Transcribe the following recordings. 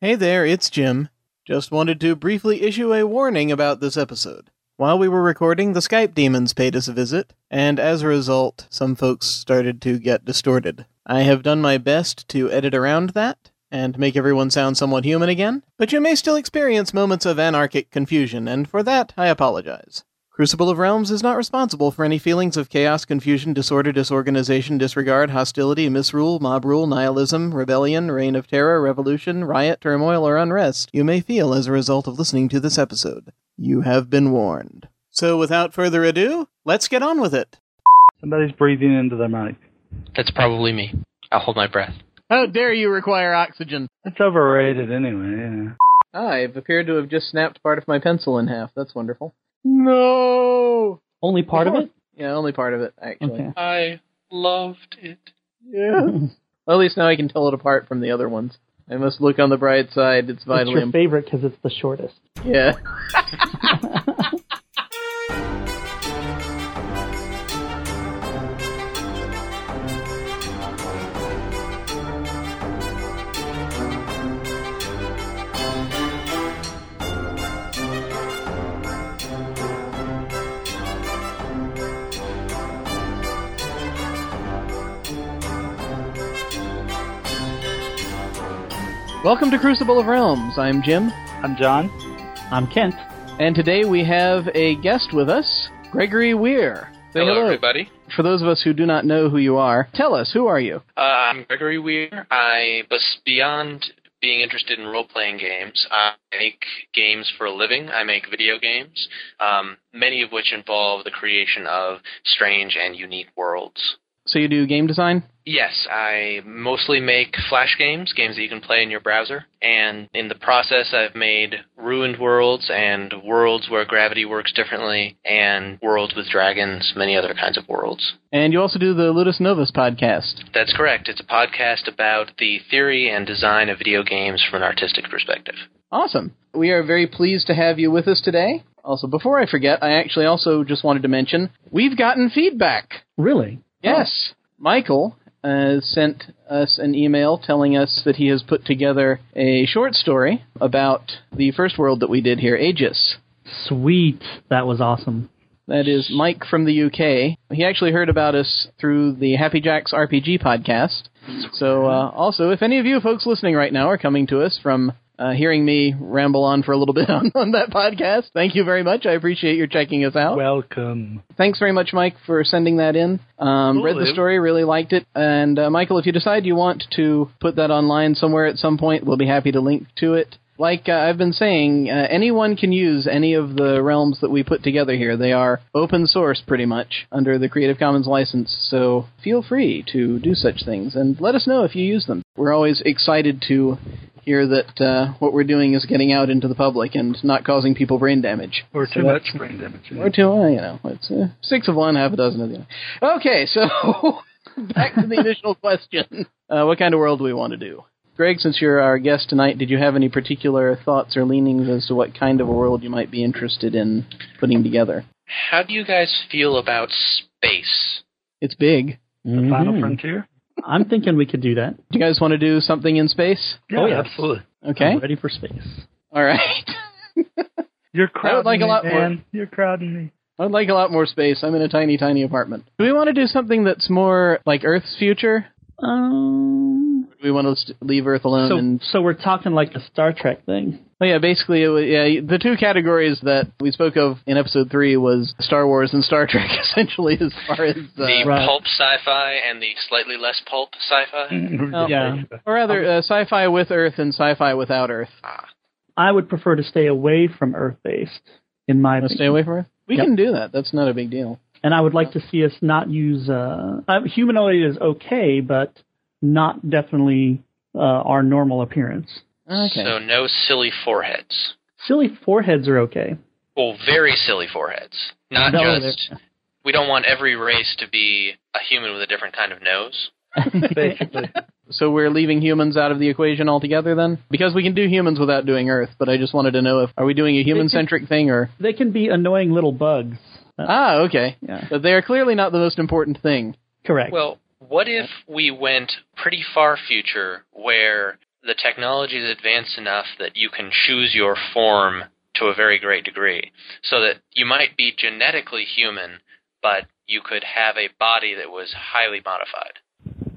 Hey there, it's Jim. Just wanted to briefly issue a warning about this episode. While we were recording, the Skype demons paid us a visit, and as a result, some folks started to get distorted. I have done my best to edit around that and make everyone sound somewhat human again, but you may still experience moments of anarchic confusion, and for that, I apologize. Crucible of Realms is not responsible for any feelings of chaos, confusion, disorder, disorganization, disregard, hostility, misrule, mob rule, nihilism, rebellion, reign of terror, revolution, riot, turmoil, or unrest you may feel as a result of listening to this episode. You have been warned. So, without further ado, let's get on with it. Somebody's breathing into their mic. That's probably me. I'll hold my breath. How dare you require oxygen? It's overrated anyway. Yeah. Ah, I've appeared to have just snapped part of my pencil in half. That's wonderful. No! Only part of it? Yeah, only part of it, actually. Okay. I loved it. Yeah. well, at least now I can tell it apart from the other ones. I must look on the bright side. It's It's vitally your important. favorite because it's the shortest. Yeah. Welcome to Crucible of Realms. I'm Jim. I'm John. I'm Kent. And today we have a guest with us, Gregory Weir. Say hello. everybody. For those of us who do not know who you are, tell us, who are you? Uh, I'm Gregory Weir. I, but beyond being interested in role playing games, I make games for a living. I make video games, um, many of which involve the creation of strange and unique worlds. So you do game design? Yes, I mostly make flash games, games that you can play in your browser, and in the process I've made ruined worlds and worlds where gravity works differently and worlds with dragons, many other kinds of worlds. And you also do the Ludus Novus podcast. That's correct. It's a podcast about the theory and design of video games from an artistic perspective. Awesome. We are very pleased to have you with us today. Also, before I forget, I actually also just wanted to mention we've gotten feedback. Really? Yes. Michael uh, sent us an email telling us that he has put together a short story about the first world that we did here, Aegis. Sweet. That was awesome. That is Mike from the UK. He actually heard about us through the Happy Jacks RPG podcast. So, uh, also, if any of you folks listening right now are coming to us from uh, hearing me ramble on for a little bit on, on that podcast, thank you very much. I appreciate your checking us out. Welcome. Thanks very much, Mike, for sending that in. Um, read the Absolutely. story, really liked it. And uh, Michael, if you decide you want to put that online somewhere at some point, we'll be happy to link to it. Like uh, I've been saying, uh, anyone can use any of the realms that we put together here. They are open source, pretty much, under the Creative Commons license. So feel free to do such things, and let us know if you use them. We're always excited to hear that uh, what we're doing is getting out into the public and not causing people brain damage. Or So too that's- much brain damage. or two, well, you know, it's uh, six of one, half a dozen of the other. Okay, so back to the initial question: uh, What kind of world do we want to do? Greg, since you're our guest tonight, did you have any particular thoughts or leanings as to what kind of a world you might be interested in putting together? How do you guys feel about space? It's big. The final Mhm. frontier. I'm thinking we could do that. Do you guys want to do something in space? Oh, yes. absolutely. Okay, I'm ready for space. all right. You're crowding like a me, lot more. man. You're crowding me. I'd like a lot more space. I'm in a tiny, tiny apartment. Do we want to do something that's more like Earth's future? Um. Or do we want to st- leave Earth alone So, and so we're talking like the Star Trek thing. Well, Oh, yeah, basically, it wa yeah, the two categories that we spoke of in episode three was Star Wars and Star Trek, essentially, as far as The uh, Right. pulp sci-fi and the slightly less pulp Mm. sci-fi. Yeah. or rather, uh, sci-fi with Earth and sci-fi without Earth. Ah, I would prefer to stay away from Earth-based, in my Wanna opinion. stay away from Earth. We Yep. can do that. That's not a big deal. And I would like to see us not use uh, uh, humanoid is okay, but not definitely uh, our normal appearance. Okay. So no silly foreheads. Silly foreheads are okay. Well, very silly foreheads. Not No, just. We don't want every race to be a human with a different kind of nose. Basically. So we're leaving humans out of the equation altogether, then, because we can do humans without doing Earth. But I just wanted to know if are we doing a human-centric thing or They can be annoying little bugs. Uh, ah, okay. yeah, But they are clearly not the most important thing. correct. Well, what if we went pretty far future where the technology is advanced enough that you can choose your form to a very great degree. So that you might be genetically human, but you could have a body that was highly modified.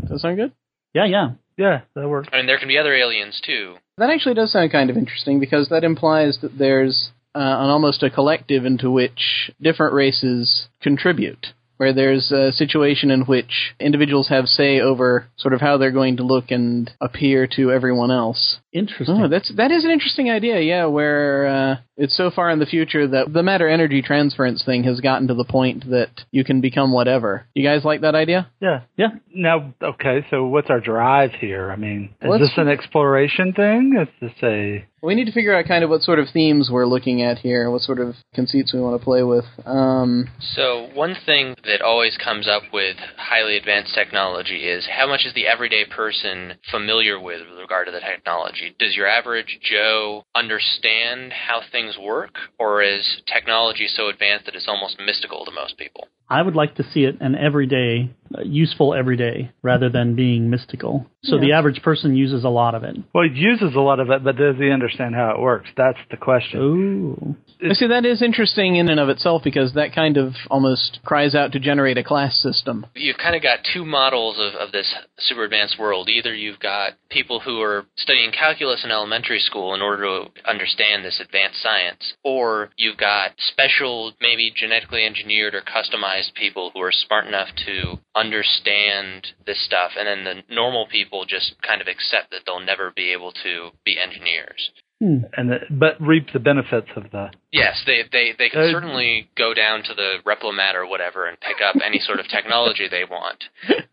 Does that sound good? Yeah, yeah. Yeah, that works. I mean, there can be other aliens too. That actually does sound kind of interesting because that implies that there's uh, an almost a collective into which different races contribute, where there's a situation in which individuals have say over sort of how they're going to look and appear to everyone else. Interesting. Oh, that's that is an interesting idea. Yeah, where uh, it's so far in the future that the matter energy transference thing has gotten to the point that you can become whatever. You guys like that idea? Yeah. Yeah. Now, okay, so what's our drive here? I mean, is Let's- this an exploration thing? Is this a. We need to figure out kind of what sort of themes we're looking at here, what sort of conceits we want to play with. Um, So, one thing that always comes up with highly advanced technology is how much is the everyday person familiar with with regard to the technology? Does your average Joe understand how things work, or is technology so advanced that it's almost mystical to most people? I would like to see it an everyday, uh, useful everyday, rather than being mystical. So the average person uses a lot of it. Well, he uses a lot of it, but does he understand how it works? That's the question. Oh, I see that is interesting in and of itself because that kind of almost cries out to generate a class system. you've kind of got two models of, of this super advanced world. Either you've got people who are studying calculus in elementary school in order to understand this advanced science, or you've got special, maybe genetically engineered or customized people who are smart enough to understand this stuff, and then the normal people just kind of accept that they'll never be able to be engineers. And the, but reap the benefits of the. Yes, they they they can Uh, certainly go down to the Replomat or whatever and pick up any sort of technology they want,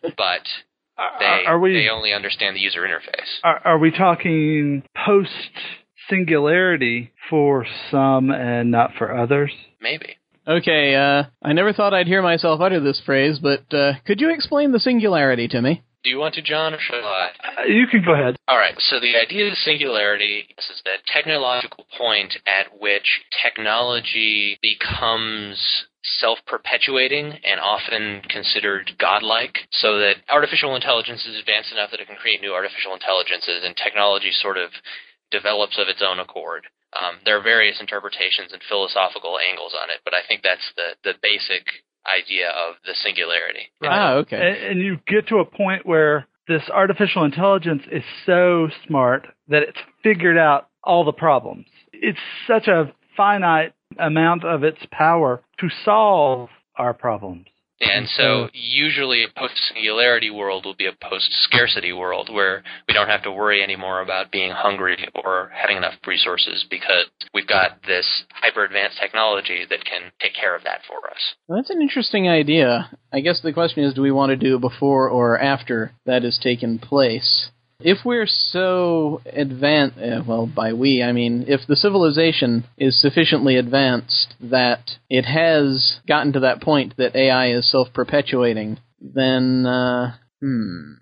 but they Are, are we they only understand the user interface. are, are we talking post singularity for some and not for others? Maybe. Okay, uh, I never thought I'd hear myself utter this phrase, but uh, could you explain the singularity to me? Do you want to, John, or shall I? Uh, You can go ahead. All right. So the idea of singularity is that technological point at which technology becomes self-perpetuating and often considered godlike so that artificial intelligence is advanced enough that it can create new artificial intelligences and technology sort of develops of its own accord. Um, there are various interpretations and philosophical angles on it, but I think that's the, the basic idea of the singularity. Ah, okay. And, and you get to a point where this artificial intelligence is so smart that it's figured out all the problems. It's such a finite amount of its power to solve our problems. And so, usually, a post singularity world will be a post scarcity world where we don't have to worry anymore about being hungry or having enough resources because we've got this hyper advanced technology that can take care of that for us. That's an interesting idea. I guess the question is do we want to do it before or after that has taken place? If we're so advanced, uh, well, by we, I mean, if the civilization is sufficiently advanced that it has gotten to that point that AI is self perpetuating, then, uh, hmm.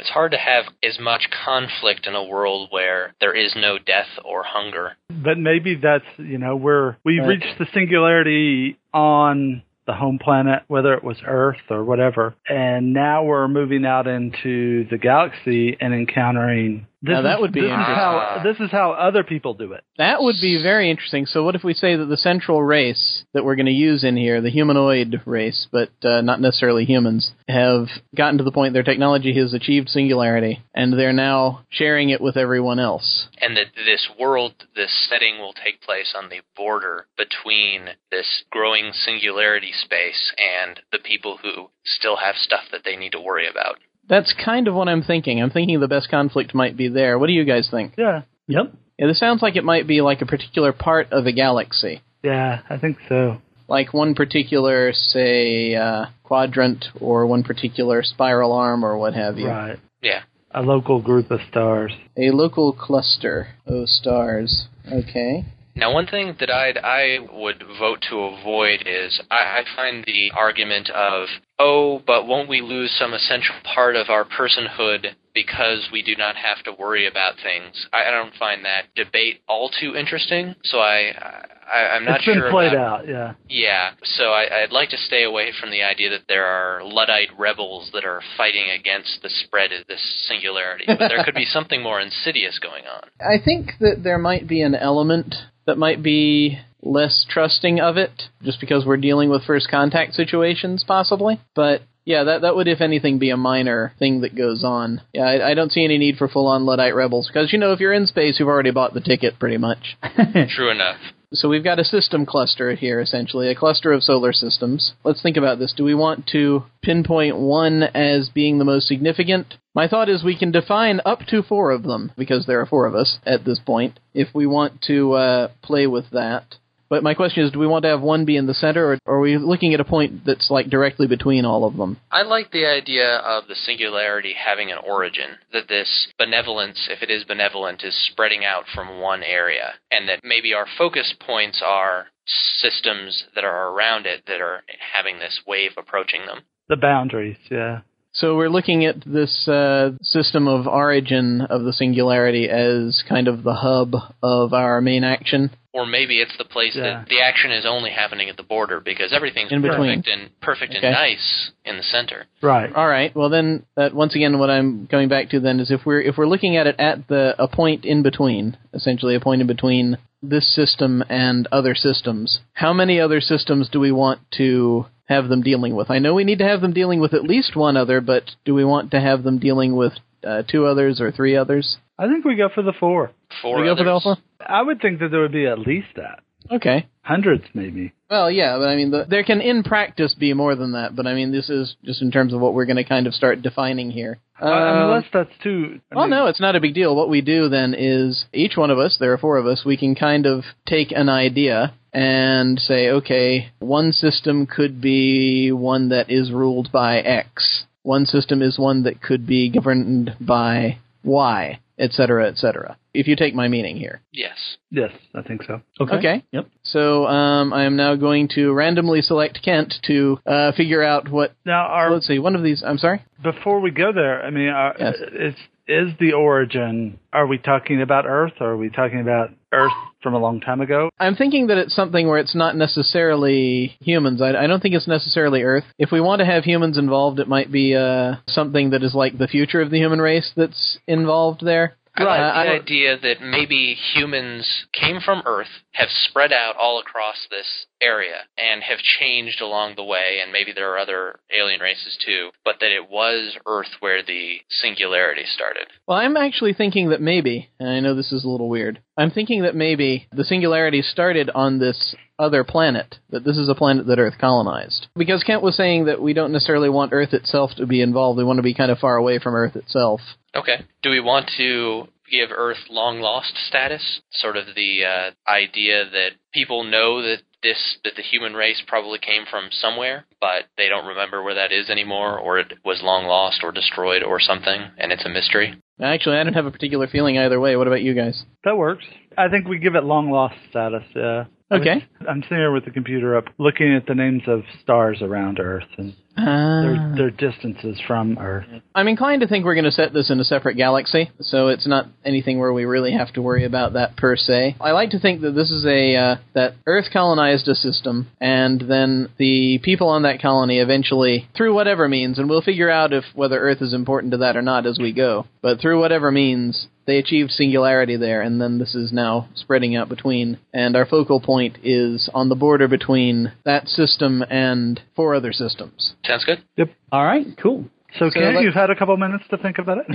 It's hard to have as much conflict in a world where there is no death or hunger. But maybe that's you know where we Right. reached the singularity on the home planet, whether it was Earth or whatever, and now we're moving out into the galaxy and encountering. This Now that is- would be this is interesting. how this is how other people do it. That would be very interesting. So, what if we say that the central race that we're going to use in here, the humanoid race, but uh, not necessarily humans, have gotten to the point their technology has achieved singularity, and they're now sharing it with everyone else? and that this world, this setting will take place on the border between this growing singularity space and the people who still have stuff that they need to worry about. That's kind of what I'm thinking. I'm thinking the best conflict might be there. What do you guys think? Yeah, yep. Yeah, this sounds like it might be like a particular part of a galaxy, yeah, I think so. like one particular, say, uh, quadrant or one particular spiral arm or what have you. Right, Yeah. a local group of stars. A local cluster. Oh, stars. Okay. Now, one thing that I'd, I would vote to avoid is I, I find the argument of, oh, but won't we lose some essential part of our personhood because we do not have to worry about things. I, I don't find that debate all too interesting, so I, I I'm not it's been sure played about out. Yeah. yeah, so I, I'd like to stay away from the idea that there are Luddite rebels that are fighting against the spread of this singularity. But there could be something more insidious going on. I think that there might be an element that might be less trusting of it, just because we're dealing with first contact situations, possibly. But yeah, that that would, if anything, be a minor thing that goes on. Yeah, I, I don't see any need for full-on Luddite rebels, because you know, if you're in space, you've already bought the ticket, pretty much. True enough. So we've got a system cluster here, essentially, a cluster of solar systems. Let's think about this. Do we want to pinpoint one as being the most significant? My thought is we can define up to four of them, because there are four of us at this point, if we want to uh, play with that. But my question is, do we want to have one be in the center, or, or are we looking at a point that's like directly between all of them? I like the idea of the singularity having an origin, that this benevolence, if it is benevolent, is spreading out from one area, and that maybe our focus points are systems that are around it that are having this wave approaching them. The boundaries. Yeah. So we're looking at this uh, system of origin of the singularity as kind of the hub of our main action. Or maybe it's the place Yeah. that the action is only happening at the border because everything's In between. perfect and perfect Okay. and nice in the center. Right. All right. Well, then, uh, once again, what I'm coming back to then is if we're if we're looking at it at the a point in between, essentially a point in between this system and other systems. How many other systems do we want to have them dealing with? I know we need to have them dealing with at least one other, but do we want to have them dealing with uh, two others or three others? I think we go for the four. Four we go for others. Alpha. I would think that there would be at least that. Okay. Hundreds, maybe. Well, yeah, but I mean, the, there can in practice be more than that, but I mean, this is just in terms of what we're going to kind of start defining here. Um, Uh, Unless that's too. I Well, mean, no, it's not a big deal. What we do then is each one of us, there are four of us, we can kind of take an idea and say, okay, one system could be one that is ruled by X. One system is one that could be governed by Y, etc., etc. If you take my meaning here. Yes. Yes, I think so. Okay. Okay. Yep. So um, I am now going to randomly select Kent to uh, figure out what. Now, our, Let's see, one of these. I'm sorry? before we go there, I mean, our, Yes. it's, is the origin, are we talking about Earth or are we talking about Earth from a long time ago? I'm thinking that it's something where it's not necessarily humans. I, I don't think it's necessarily Earth. If we want to have humans involved, it might be uh, something that is like the future of the human race that's involved there. I Uh, I like the don't- idea that maybe humans came from Earth, have spread out all across this area, and have changed along the way, and maybe there are other alien races too, but that it was Earth where the singularity started. Well, I'm actually thinking that maybe, and I know this is a little weird, I'm thinking that maybe the singularity started on this other planet, that this is a planet that Earth colonized. Because Kent was saying that we don't necessarily want Earth itself to be involved, we want to be kind of far away from Earth itself. Okay. Do we want to give Earth long lost status? Sort of the uh, idea that people know that this that the human race probably came from somewhere, but they don't remember where that is anymore, or it was long lost or destroyed or something, and it's a mystery. Actually, I don't have a particular feeling either way. What about you guys? That works. I think we give it long lost status, yeah. I Okay. was- I'm sitting here with the computer up looking at the names of stars around Earth and their, Ah. their distances from Earth. I'm inclined to think we're going to set this in a separate galaxy, so it's not anything where we really have to worry about that per se. I like to think that this is a uh, that Earth colonized a system, and then the people on that colony eventually, through whatever means, and we'll figure out if whether Earth is important to that or not as we go. But through whatever means, they achieved singularity there, and then this is now spreading out between. And our focal point is on the border between that system and four other systems. Sounds good. All right. Cool. So, So Ken, let- you've had a couple minutes to think about it?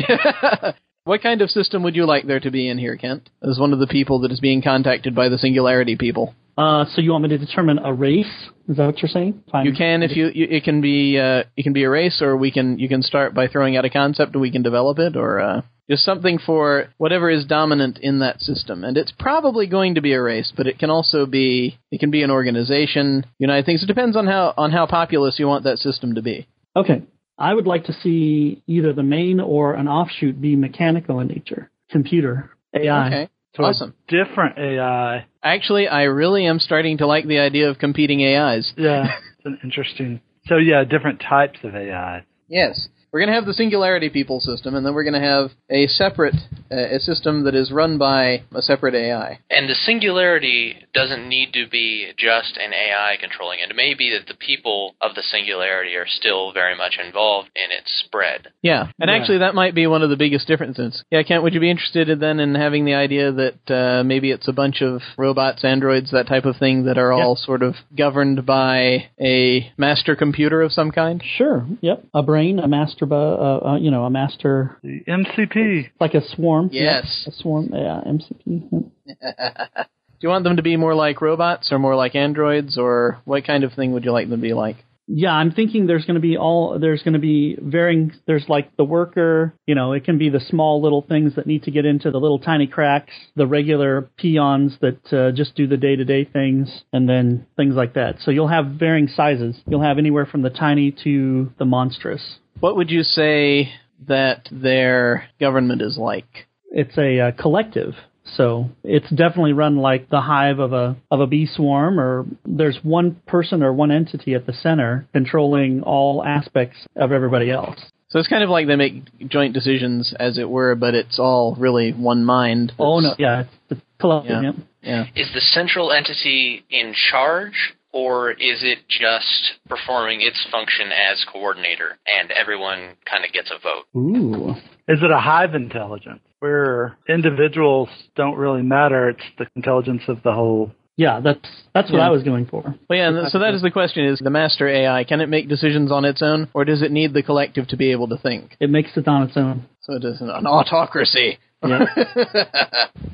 What kind of system would you like there to be in here, Kent? As one of the people that is being contacted by the Singularity people, Uh, so you want me to determine a race? Is that what you're saying? Fine. you can if you, you it can be uh, it can be a race, or we can you can start by throwing out a concept and we can develop it, or uh, just something for whatever is dominant in that system. And it's probably going to be a race, but it can also be it can be an organization, United Things. It depends on how on how populous you want that system to be. Okay. I would like to see either the main or an offshoot be mechanical in nature, computer, AI. Okay, So a awesome. Different AI. Actually, I really am starting to like the idea of competing AIs. Yeah, it's an interesting. So yeah, different types of AI. Yes. We're going to have the Singularity People system, and then we're going to have a separate uh, a system that is run by a separate AI. And the singularity doesn't need to be just an AI controlling it. It may be that the people of the singularity are still very much involved in its spread. Yeah, and Yeah. actually, that might be one of the biggest differences. Yeah, Kent, would you be interested in, then in having the idea that uh, maybe it's a bunch of robots, androids, that type of thing, that are all sort of governed by a master computer of some kind? Sure. Yep. A brain, a master, bu- uh, uh, you know, a master, The MCP. like a swarm. Yes. Yep, A swarm. Yeah. MCP. Yep. Do you want them to be more like robots or more like androids, or what kind of thing would you like them to be like? Yeah, I'm thinking there's going to be all there's going to be varying. There's like the worker, you know, it can be the small little things that need to get into the little tiny cracks, the regular peons that uh, just do the day to day things, and then things like that. So you'll have varying sizes. You'll have anywhere from the tiny to the monstrous. What would you say that their government is like? It's a uh, collective. So it's definitely run like the hive of a of a bee swarm, or there's one person or one entity at the center controlling all aspects of everybody else. So it's kind of like they make joint decisions, as it were, but it's all really one mind. Oh no, yeah, it's the collective. Yeah. Yeah. Yeah. Is the central entity in charge, or is it just performing its function as coordinator and everyone kind of gets a vote? Ooh. Is it a hive intelligence where individuals don't really matter? It's the intelligence of the whole. Yeah, that's that's what Yeah. I was going for. Well, yeah. and So that is the question: Is the master AI can it make decisions on its own, or does it need the collective to be able to think? It makes it on its own. So it is an, an autocracy. Yeah.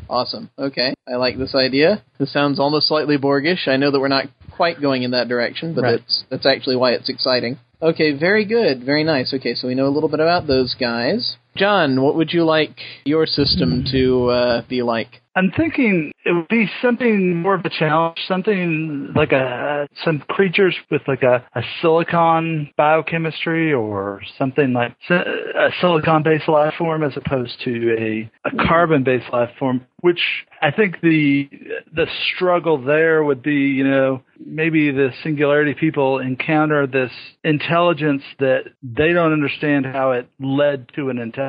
awesome. Okay, I like this idea. This sounds almost slightly Borgish. I know that we're not quite going in that direction, but Right. that's that's actually why it's exciting. Okay, very good, very nice. Okay, so we know a little bit about those guys. John, what would you like your Hmm. system to uh, be like? I'm thinking it would be something more of a challenge, something like a some creatures with like a, a silicon biochemistry or something like si- a silicon based life form as opposed to a, a carbon based life form. Which I think the the struggle there would be, you know, maybe the singularity people encounter this intelligence that they don't understand how it led to an intelligence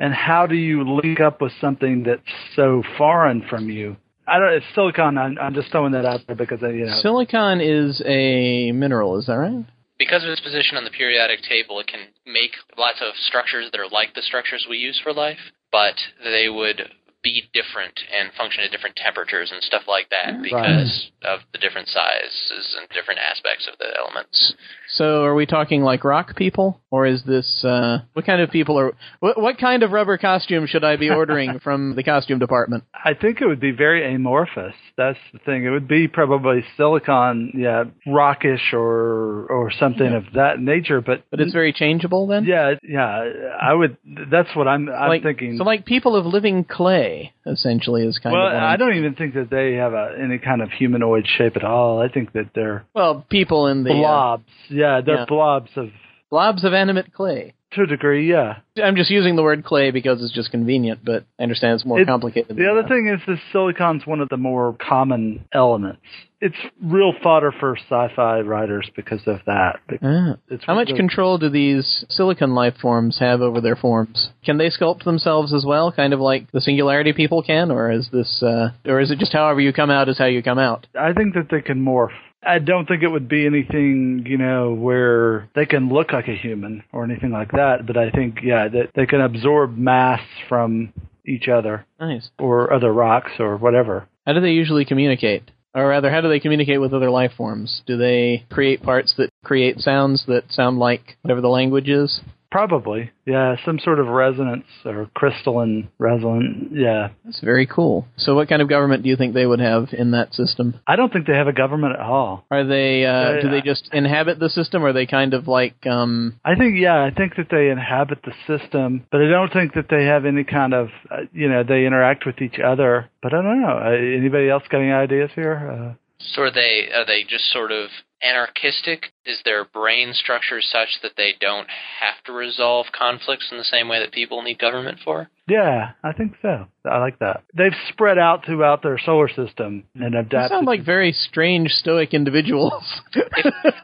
and how do you link up with something that's so foreign from you? I don't. It's silicon. I'm, I'm just throwing that out there because I, you know. Silicon is a mineral, is that right? Because of its position on the periodic table, it can make lots of structures that are like the structures we use for life, but they would be different and function at different temperatures and stuff like that because of the different sizes and different aspects of the elements. So, are we talking like rock people, or is this uh, what kind of people are? What, what kind of rubber costume should I be ordering from the costume department? I think it would be very amorphous. That's the thing. It would be probably silicon, yeah, rockish or or something of that nature. But But it's very changeable then. yeah, yeah. I would. That's what I'm. I'm like, thinking. So, like people of living clay, essentially, is kind well, of. what I I'm- don't even think that they have a, any kind of humanoid shape at all. I think that they're Well, people in the uh, blobs. Yeah, they're Yeah. blobs of blobs of animate clay. to a degree. Yeah. I'm just using the word clay because it's just convenient, but I understand it's more It- complicated. The than other that. thing is, this silicon's one of the more common elements. It's real fodder for sci-fi writers because of that. Ah. It's How much really- control do these silicon life forms have over their forms? Can they sculpt themselves as well, kind of like the singularity people can, or is this, uh, or is it just however you come out is how you come out? I think that they can morph. I don't think it would be anything, you know, where they can look like a human or anything like that. But I think, yeah, that they can absorb mass from each other Nice. or other rocks or whatever. How do they usually communicate? Or rather, how do they communicate with other life forms? Do they create parts that create sounds that sound like whatever the language is? Probably, yeah, some sort of resonance or crystalline resonance. Yeah, That's very cool. So, what kind of government do you think they would have in that system? I don't think they have a government at all. Are they? Uh, Uh, do they just inhabit the system? Or are they kind of like um, I think, yeah, I think that they inhabit the system, but I don't think that they have any kind of, uh, you know, they interact with each other. But I don't know. Uh, anybody else got any ideas here? So are they are they just sort of anarchistic? Is their brain structure such that they don't have to resolve conflicts in the same way that people need government for? Yeah, I think so. I like that. They've spread out throughout their solar system and They adapted. sound like very strange stoic individuals.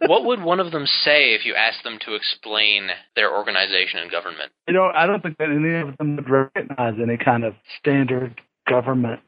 what would one of them say if you asked them to explain their organization and government? you know, I don't think that any of them would recognize any kind of standard government.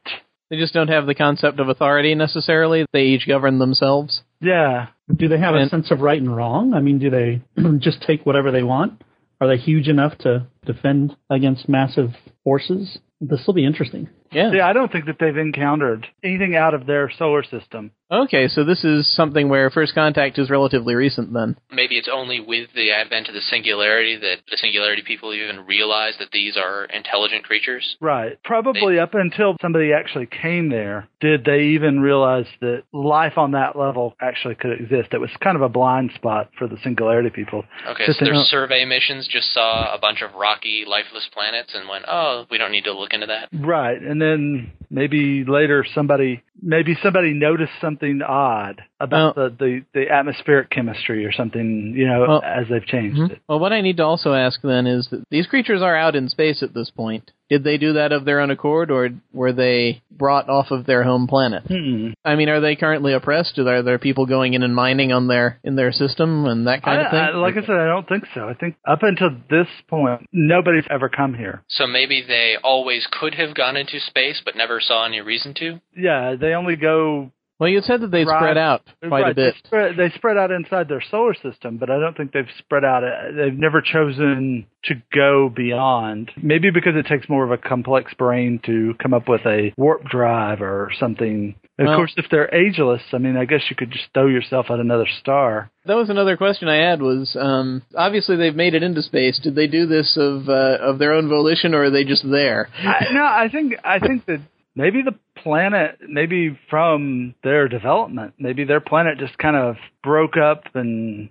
they just don't have the concept of authority necessarily. They each govern themselves. Yeah, Do they have And- a sense of right and wrong? I mean, do they just take whatever they want? Are they huge enough to defend against massive forces? This will be interesting. Yeah. yeah. I don't think that they've encountered anything out of their solar system. Okay, so this is something where first contact is relatively recent then. Maybe it's only with the advent of the singularity that the singularity people even realize that these are intelligent creatures. Right. Probably up until somebody actually came there, did they even realize that life on that level actually could exist. It was kind of a blind spot for the singularity people. Okay, Just so their think- survey missions just saw a bunch of rocky, lifeless planets and went, "Oh, we don't need to look into that." Right. And then maybe later somebody maybe somebody noticed something odd about the, the, the atmospheric chemistry or something, you know, Well- mm-hmm. as they've changed it. Well, what I need to also ask then is that these creatures are out in space at this point. Did they do that of their own accord, or were they brought off of their home planet? Hmm. I mean, are they currently oppressed? Are there people going in and mining on their in their system and that kind of thing? I, I, like I said, I don't think so. I think up until this point, nobody's ever come here. So maybe they always could have gone into space but never saw any reason to. Yeah, they only go well, you said that they Right. spread out quite Right, a bit. They spread, they spread out inside their solar system, but I don't think they've spread out. uh, They've never chosen to go beyond. Maybe because it takes more of a complex brain to come up with a warp drive or something. Of Well- course, if they're ageless, I mean, I guess you could just throw yourself at another star. That was another question I had was um, obviously they've made it into space. Did they do this of uh, of their own volition, or are they just there? I, no, I think I think that maybe the planet, maybe from their development, maybe their planet just kind of broke up and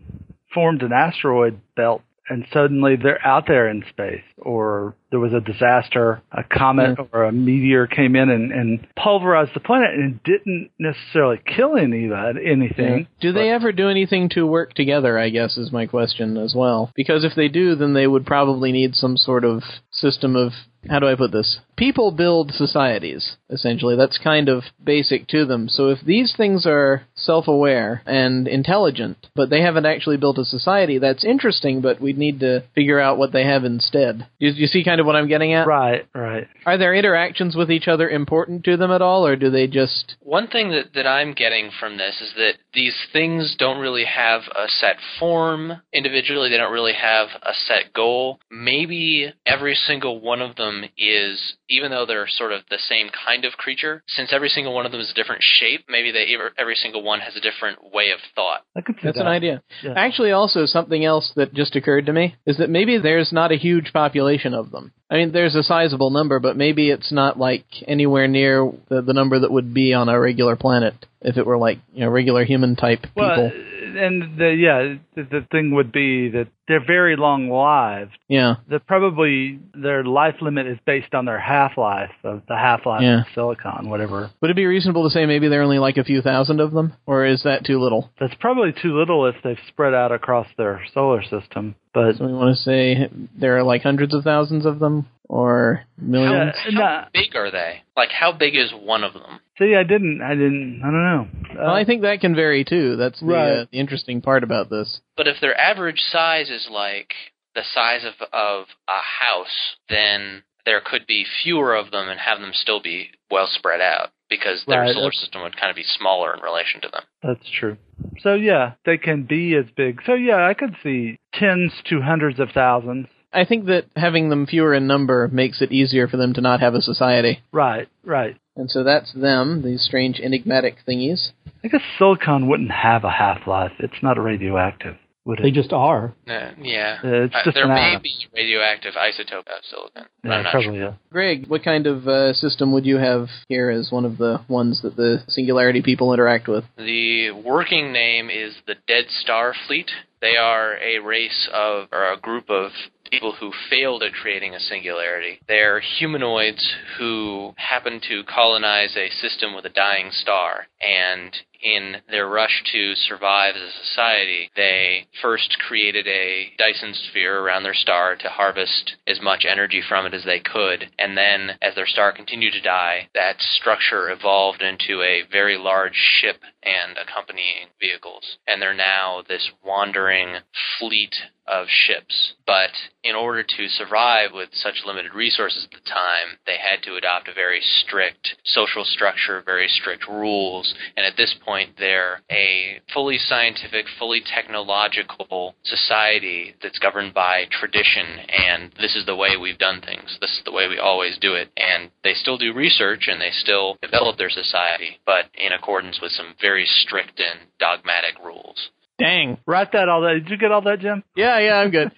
formed an asteroid belt. And suddenly they're out there in space, or there was a disaster, a comet or a meteor came in and, and pulverized the planet and didn't necessarily kill any, anything. Do they ever do anything to work together? I guess is my question as well. Because if they do, then they would probably need some sort of system of how do I put this? People build societies, essentially. That's kind of basic to them. So if these things are self aware and intelligent, but they haven't actually built a society, that's interesting, but we'd need to figure out what they have instead. You, you see kind of what I'm getting at? Right, right. Are their interactions with each other important to them at all, or do they just. One thing that, that I'm getting from this is that these things don't really have a set form individually, they don't really have a set goal. Maybe every single one of them is, even though they're sort of the same kind of creature, since every single one of them is a different shape, maybe they, every single one has a different way of thought. I could see That's that. an idea. Yeah. Actually, also something else that just occurred to me is that maybe there's not a huge population of them. I mean, there's a sizable number, but maybe it's not like anywhere near the, the number that would be on a regular planet if it were like you know regular human type Well, uh, people. and the, yeah, the, the thing would be that they're very long lived. Yeah, the probably their life limit is based on their half life of the half life Yeah. of silicon, whatever. would it be reasonable to say maybe there are only like a few thousand of them, or is that too little? That's probably too little if they've spread out across their solar system. But So we want to say there are like hundreds of thousands of them, or uh, millions. no, Big are they? Like, how big is one of them? see, I didn't, I didn't, I don't know. Uh, well, I think that can vary too. That's the, uh, Right. the interesting part about this. But if their average size is like the size of, of a house, then there could be fewer of them and have them still be well spread out because their Right, solar that's- system would kind of be smaller in relation to them. that's true. So yeah, they can be as big. So yeah, I could see tens to hundreds of thousands. I think that having them fewer in number makes it easier for them to not have a society. Right, right. And so that's them, these strange enigmatic thingies. I guess silicon wouldn't have a half life. It's not radioactive, would it? They just are. Uh, yeah. Uh, it's Uh, just there an may atom. be radioactive isotope of silicon. but Yeah, I'm not probably, sure. yeah. Greg, what kind of uh, system would you have here as one of the ones that the singularity people interact with? The working name is the Dead Star Fleet. They are a race of, or a group of people who failed at creating a singularity. They're humanoids who happen to colonize a system with a dying star. And in their rush to survive as a society, they first created a Dyson sphere around their star to harvest as much energy from it as they could. And then, as their star continued to die, that structure evolved into a very large ship and accompanying vehicles. And they're now this wandering fleet of ships. But in order to survive with such limited resources at the time, they had to adopt a very strict social structure, very strict rules. And at this point, they're a fully scientific, fully technological society that's governed by tradition. And this is the way we've done things. This is the way we always do it. And they still do research and they still develop their society, but in accordance with some very strict and dogmatic rules. Dang. Write that all that. Did you get all that, Jim? Yeah, yeah, I'm good.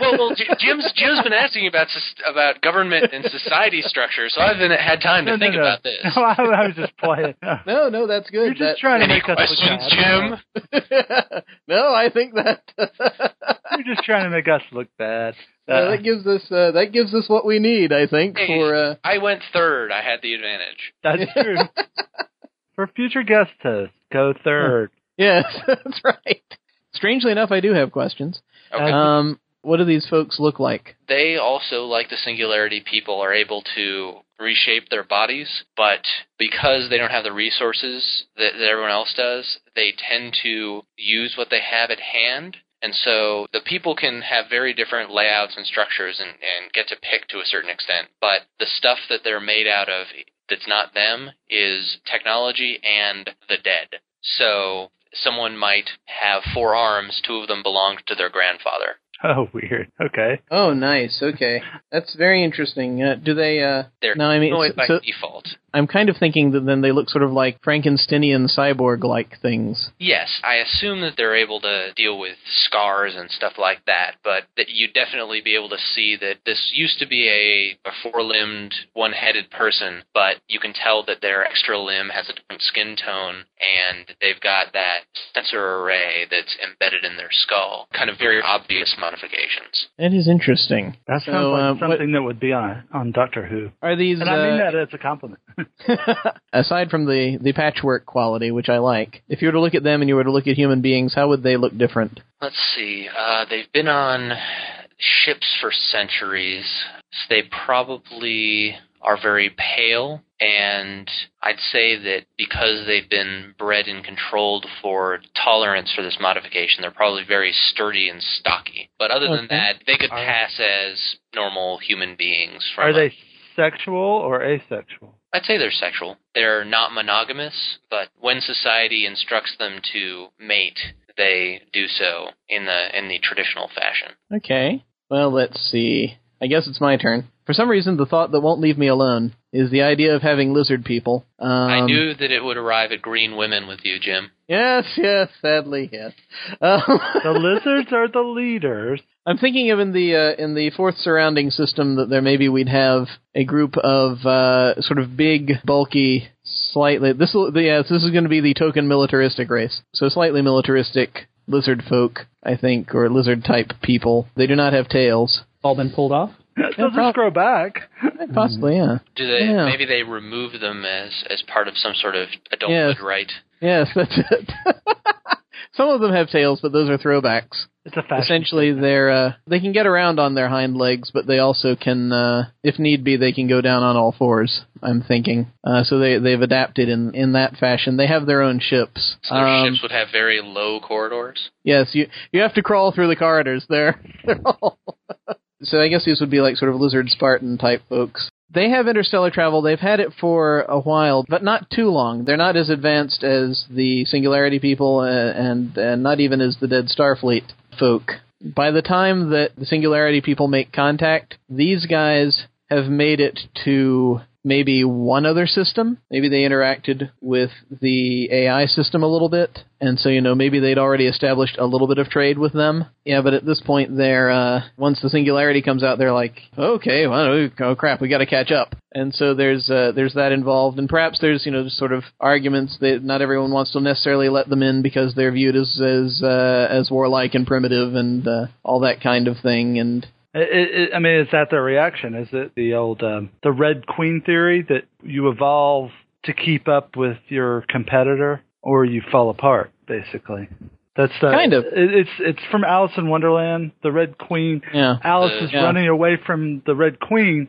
well, well, J- Jim's Jim's been asking about sus- about government and society structure, so I've been had time to No, no, think no. about this. No, I, I was just playing. No. no, no, that's good. You're just That- trying to Any make us questions, look bad. Jim? no, I think that You're just trying to make us look bad. uh, that gives us uh, that gives us what we need. I think Hey. for uh, I went third. I had the advantage. That's true. For future guest hosts, go third. yes, that's right. Strangely enough, I do have questions. Okay. Um, what do these folks look like? they also, like the Singularity people, are able to reshape their bodies, but because they don't have the resources that, that everyone else does, they tend to use what they have at hand. And so the people can have very different layouts and structures and, and get to pick to a certain extent, but the stuff that they're made out of that's not them is technology and the dead. So someone might have four arms, two of them belonged to their grandfather. Oh, weird. Okay. Oh, nice. Okay, that's very interesting. Uh, do they? Uh, They're no, I mean, annoyed so- by so- default. I'm kind of thinking that then they look sort of like Frankensteinian cyborg-like things. Yes, I assume that they're able to deal with scars and stuff like that, but that you'd definitely be able to see that this used to be a, a four limbed, one headed person, but you can tell that their extra limb has a different skin tone and they've got that sensor array that's embedded in their skull. Kind of very obvious modifications. That is interesting. That So, sounds like uh, what- something that would be on on Doctor Who. Are these? And I mean uh, that as a compliment. aside from the, the patchwork quality, which I like, if you were to look at them and you were to look at human beings, how would they look different? Let's see. Uh, they've been on ships for centuries. So they probably are very pale, and I'd say that because they've been bred and controlled for tolerance for this modification, they're probably very sturdy and stocky. But other than Okay. that, they could Are- pass as normal human beings. From Are a- they sexual or asexual? I'd say they're sexual. They're not monogamous, but when society instructs them to mate, they do so in the in the traditional fashion. Okay. Well, let's see. I guess it's my turn. For some reason, the thought that won't leave me alone is the idea of having lizard people. Um, I knew that it would arrive at Green Women with you, Jim. Yes, yes, sadly, yes. Um, The lizards are the leaders. I'm thinking of in the uh, in the fourth surrounding system that there maybe we'd have a group of uh, sort of big, bulky, slightly this will yeah this is going to be the token militaristic race. So slightly militaristic lizard folk, I think, or lizard type people. They do not have tails. All been pulled off. It Yeah, prob- doesn't grow back. Possibly, yeah. Do they? Yeah. Maybe they remove them as as part of some sort of Yes. adulthood right. Yes, that's it. Some of them have tails, but those are throwbacks. It's a fashion. Essentially, they're uh, they can get around on their hind legs, but they also can, uh, if need be, they can go down on all fours. I'm thinking. Uh, so they they've adapted in in that fashion. They have their own ships. So their Um, ships would have very low corridors. Yes, you you have to crawl through the corridors. They're they're all. so I guess these would be like sort of lizard Spartan type folks. They have interstellar travel. They've had it for a while, but not too long. They're not as advanced as the Singularity people, uh, and and not even as the Dead Starfleet folk. By the time that the Singularity people make contact, these guys have made it to maybe one other system. Maybe they interacted with the AI system a little bit, and so you know maybe they'd already established a little bit of trade with them. Yeah, but at this point, they're uh, once the singularity comes out, they're like, okay, well, we- oh crap, we got to catch up. And so there's uh, there's that involved, and perhaps there's you know just sort of arguments that not everyone wants to necessarily let them in because they're viewed as as uh, as warlike and primitive and uh, all that kind of thing, and It, it, it- I mean, is that their reaction? Is it the old um, the Red Queen theory that you evolve to keep up with your competitor? or you fall apart, basically. That's uh, Kind of. It, it's it's from Alice in Wonderland, the Red Queen. Yeah. Alice Uh, is yeah. running away from the Red Queen.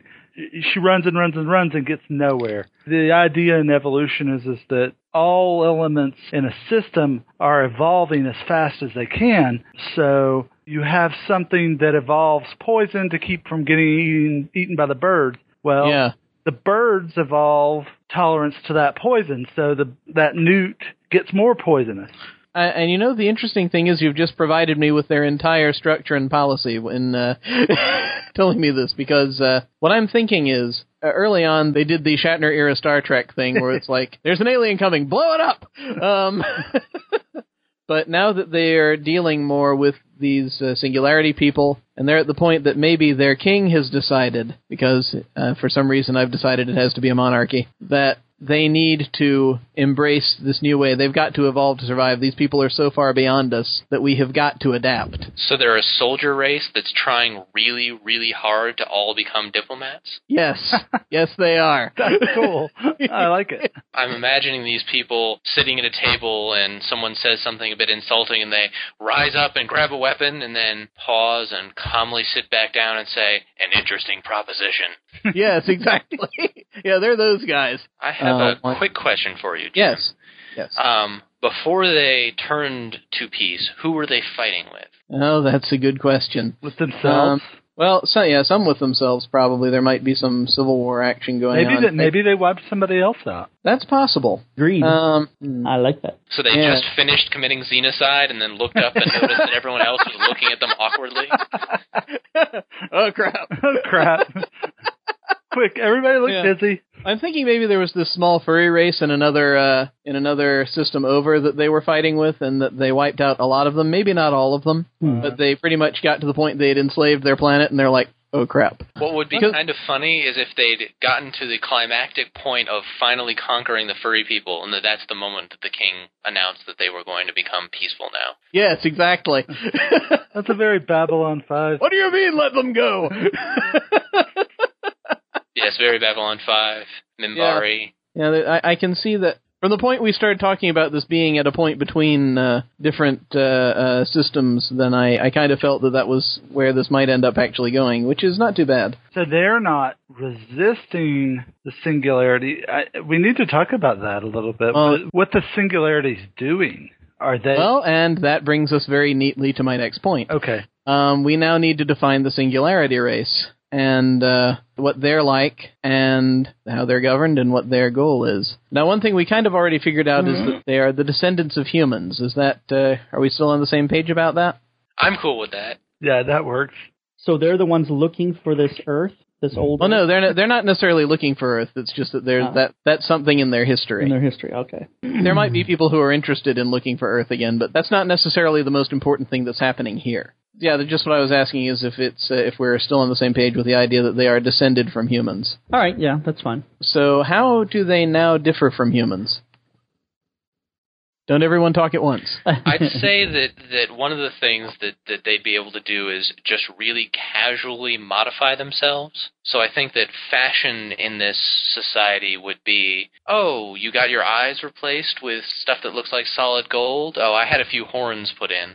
She runs and runs and runs and gets nowhere. The idea in evolution is is that all elements in a system are evolving as fast as they can. So you have something that evolves poison to keep from getting eaten, eaten by the birds. Well, yeah. the birds evolve tolerance to that poison, so the that newt gets more poisonous. Uh, and you know the interesting thing is you've just provided me with their entire structure and policy when uh, telling me this because uh, what I'm thinking is uh, early on they did the Shatner era Star Trek thing where it's like there's an alien coming, blow it up. Um, but now that they are dealing more with these uh, singularity people and they're at the point that maybe their king has decided because uh, for some reason I've decided it has to be a monarchy that they need to embrace this new way. They've got to evolve to survive. These people are so far beyond us that we have got to adapt. So they're a soldier race that's trying really, really hard to all become diplomats. Yes. yes, they are. That's cool. I like it. I'm imagining these people sitting at a table and someone says something a bit insulting and they rise up and grab a weapon and then pause and calmly sit back down and say, an interesting proposition. yes, exactly. yeah, they're those guys. I Uh, have a what- quick question for you. Jim. Yes. Yes. Um, before they turned to peace, who were they fighting with? Oh, that's a good question. With Um, themselves. Well, so, yeah, some with themselves probably. There might be some civil war action going maybe on. that maybe Hmm. they wiped somebody else out. that's possible. Greed. Um, mm, I like that. So they Yeah. just finished committing xenocide and then looked up and noticed that everyone else was looking at them awkwardly. oh crap! Oh crap. Quick, everybody look Yeah. busy. I'm thinking maybe there was this small furry race in another uh, in another system over that they were fighting with, and that they wiped out a lot of them. Maybe not all of them, Hmm. but they pretty much got to the point they had enslaved their planet, and they're like, "Oh crap!" What would be Because- kind of funny is if they'd gotten to the climactic point of finally conquering the furry people, and that that's the moment that the king announced that they were going to become peaceful now. Yes, exactly. That's a very Babylon five. what do you mean, let them go? Yes, very Babylon 5, Mimbari. Yeah, th- I, I can see that from the point we started talking about this being at a point between uh, different uh, uh, systems. Then I, I kind of felt that that was where this might end up actually going, which is not too bad. So they're not resisting the singularity. I, we need to talk about that a little bit. Well- what the singularity's doing? Are they Well, and that brings us very neatly to my next point. okay? Um, we now need to define the singularity race and uh, what they're like and how they're governed and what their goal is. Now, one thing we kind of already figured out is that they are the descendants of humans. Is that uh, are we still on the same page about that? I'm cool with that. Yeah, that works. So they're the ones looking for this Earth, this old Well, no, Earth they're not, they're not necessarily looking for Earth. It's just that there's Ah. that that's something in their in history. their Mm-hmm. history. Okay. there might be people who are interested in looking for Earth again, but that's not necessarily the most important thing that's happening here. Yeah, that's just what I was asking is if it's uh, if we're still on the same page with the idea that they are descended from humans. All right. Yeah, that's fine. So how do they now differ from humans? Don't everyone talk at once. I'd say that, that one of the things that, that they'd be able to do is just really casually modify themselves. So I think that fashion in this society would be oh, you got your eyes replaced with stuff that looks like solid gold? Oh, I had a few horns put in.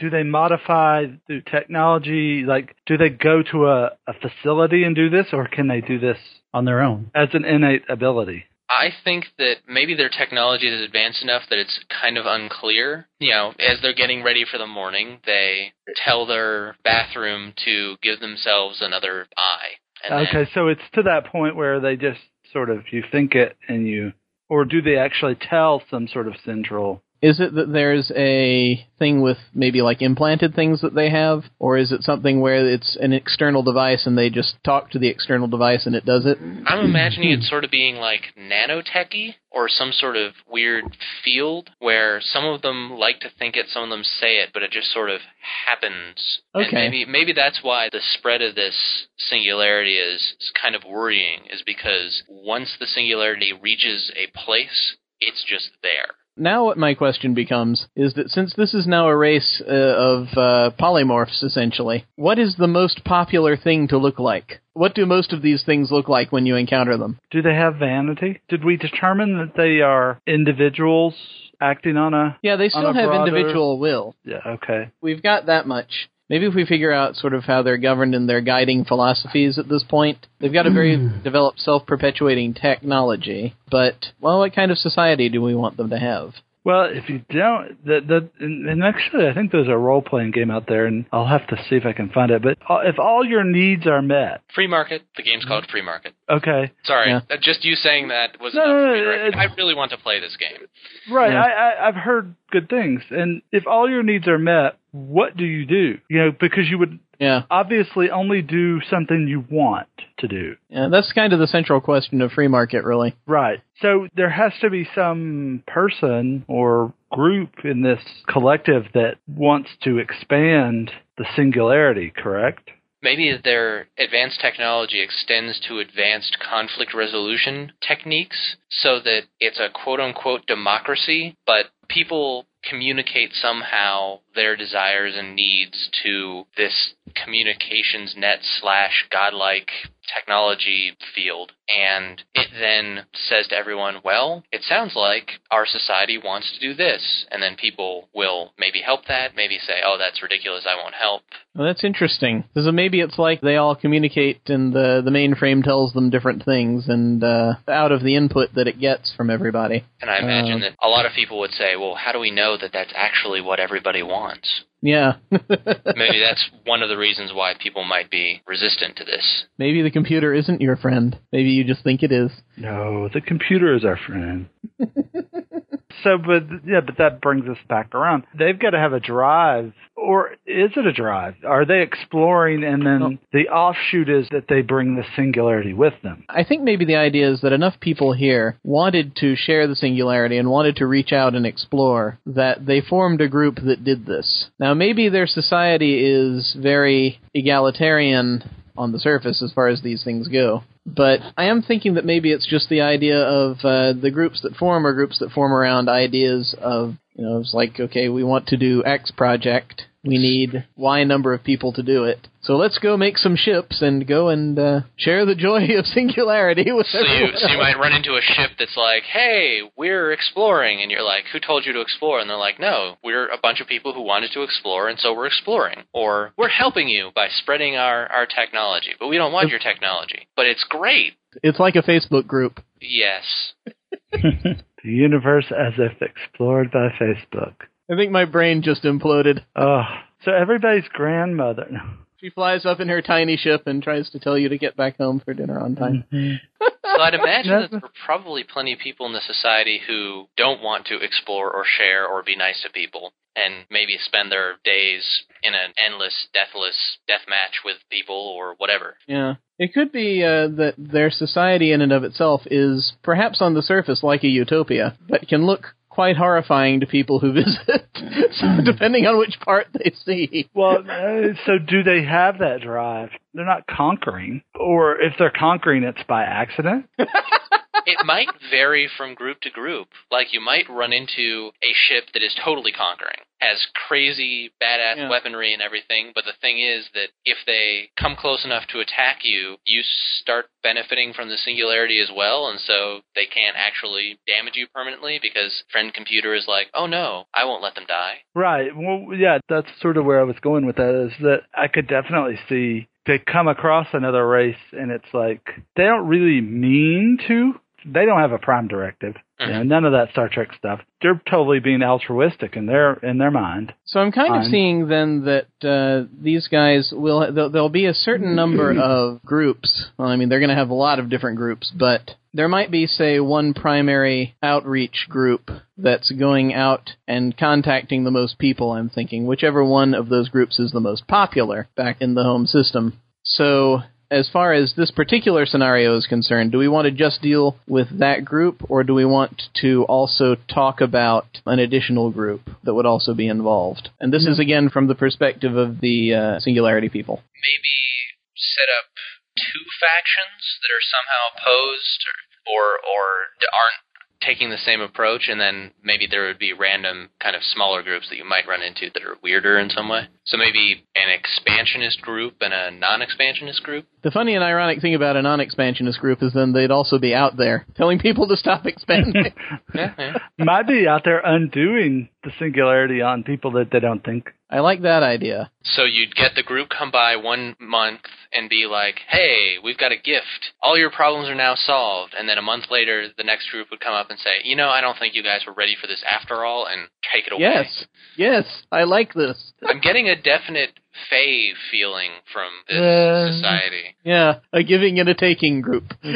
do they modify through technology? Like, do they go to a, a facility and do this, or can they do this on their own. as an innate ability? I think that maybe their technology is advanced enough that it's kind of unclear. You know, as they're getting ready for the morning, they tell their bathroom to give themselves another eye. And then- Okay, so it's to that point where they just sort of you think it and you, or do they actually tell some sort of central? Is it that there's a thing with maybe like implanted things that they have, or is it something where it's an external device and they just talk to the external device and it does it? I'm imagining it sort of being like nanotechy or some sort of weird field where some of them like to think it, some of them say it, but it just sort of happens. And Okay. maybe maybe that's why the spread of this singularity is, is kind of worrying, is because once the singularity reaches a place, it's just there. Now, what my question becomes is that since this is now a race uh, of uh, polymorphs, essentially, what is the most popular thing to look like? What do most of these things look like when you encounter them? Do they have vanity? Did we determine that they are individuals acting on a. Yeah, they still a have broader- individual will. Yeah, okay. We've got that much. Maybe if we figure out sort of how they're governed and their guiding philosophies at this point, they've got a very developed self perpetuating technology. But, well, what kind of society do we want them to have? Well, if you don't, the, the, and and actually, I think there's a role playing game out there, and I'll have to see if I can find it. But uh, if all your needs are met, Free market. The game's Mm-hmm. called Free Market. okay, Sorry, Yeah. uh, just you saying that was No, enough. no, for me to no, rec- it's- I really want to play this game. Right. Yeah. I, I, I've heard good things. And if all your needs are met, what do you do? You know, because you would Yeah. obviously only do something you want to do. Yeah, that's kind of the central question of free market, really. Right. So there has to be some person or group in this collective that wants to expand the singularity, correct? Maybe their advanced technology extends to advanced conflict resolution techniques so that it's a quote unquote democracy, but people communicate somehow their desires and needs to this communications net slash godlike technology field. And it then says to everyone, well, it sounds like our society wants to do this. And then people will maybe help that, maybe say, oh, that's ridiculous, I won't help. Well, that's interesting. Because maybe it's like they all communicate and the, the mainframe tells them different things and uh, out of the input that it gets from everybody. And I imagine Um, that a lot of people would say, well, how do we know that that's actually what everybody wants? Yeah. Maybe that's one of the reasons why people might be resistant to this. maybe the computer isn't your friend. Maybe you just think it is. No, the computer is our friend. so, but yeah, but that brings us back around. They've got to have a drive, or is it a drive? Are they exploring, and then No. the offshoot is that they bring the singularity with them? I think maybe the idea is that enough people here wanted to share the singularity and wanted to reach out and explore that they formed a group that did this. Now, maybe their society is very egalitarian on the surface as far as these things go. But I am thinking that maybe it's just the idea of uh, the groups that form are groups that form around ideas of, you know, it's like, okay, we want to do X project. We need Y number of people to do it. So let's go make some ships and go and uh, share the joy of singularity with So you, everyone so you else. might run into a ship that's like, hey, we're exploring. And you're like, who told you to explore? And they're like, no, we're a bunch of people who wanted to explore, and so we're exploring. Or we're helping you by spreading our, our technology, but we don't want your technology. But it's great. It's like a Facebook group. Yes. The universe as if explored by Facebook. I think my brain just imploded. Oh, so everybody's grandmother. She flies up in her tiny ship and tries to tell you to get back home for dinner on time. Mm-hmm. So I'd imagine No. that there are probably plenty of people in the society who don't want to explore or share or be nice to people and maybe spend their days in an endless, deathless death match with people or whatever. Yeah. It could be uh, that their society in and of itself is perhaps on the surface like a utopia, but can look quite horrifying to people who visit, so Mm-hmm. depending on which part they see. Well, uh, so do they have that drive? They're not conquering, or if they're conquering, it's by accident. it might vary from group to group. Like you might run into a ship that is totally conquering, has crazy badass Yeah. weaponry and everything, but the thing is that if they come close enough to attack you, you start benefiting from the singularity as well, and so they can't actually damage you permanently because friend computer is like, "Oh no, I won't let them die." Right. Well, yeah, that's sort of where I was going with that. Is that I could definitely see they come across another race, and it's like they don't really mean to. They don't have a prime directive. You know, none of that Star Trek stuff. They're totally being altruistic in their in their mind. So I'm kind of Fine. seeing then that uh, these guys will there- there'll be a certain number of groups. Well, I mean they're going to have a lot of different groups, but there might be say one primary outreach group that's going out and contacting the most people. I'm thinking whichever one of those groups is the most popular back in the home system. So. As far as this particular scenario is concerned, do we want to just deal with that group, or do we want to also talk about an additional group that would also be involved? And this is again from the perspective of the uh, singularity people. maybe set up two factions that are somehow opposed or or, or aren't taking the same approach, and then maybe there would be random kind of smaller groups that you might run into that are weirder in some way. So maybe an expansionist group and a non-expansionist group. The funny and ironic thing about a non-expansionist group is then they'd also be out there telling people to stop expanding. Yeah, yeah. Might be out there undoing the singularity on people that they don't think. I like that idea. So you'd get the group come by one month and be like, "Hey, we've got a gift. All your problems are now solved." And then a month later, the next group would come up and say, "You know, I don't think you guys were ready for this after all," and take it away. Yes. Yes, I like this. I'm getting a definite fave feeling from this Uh, society. Yeah, a giving and a taking group.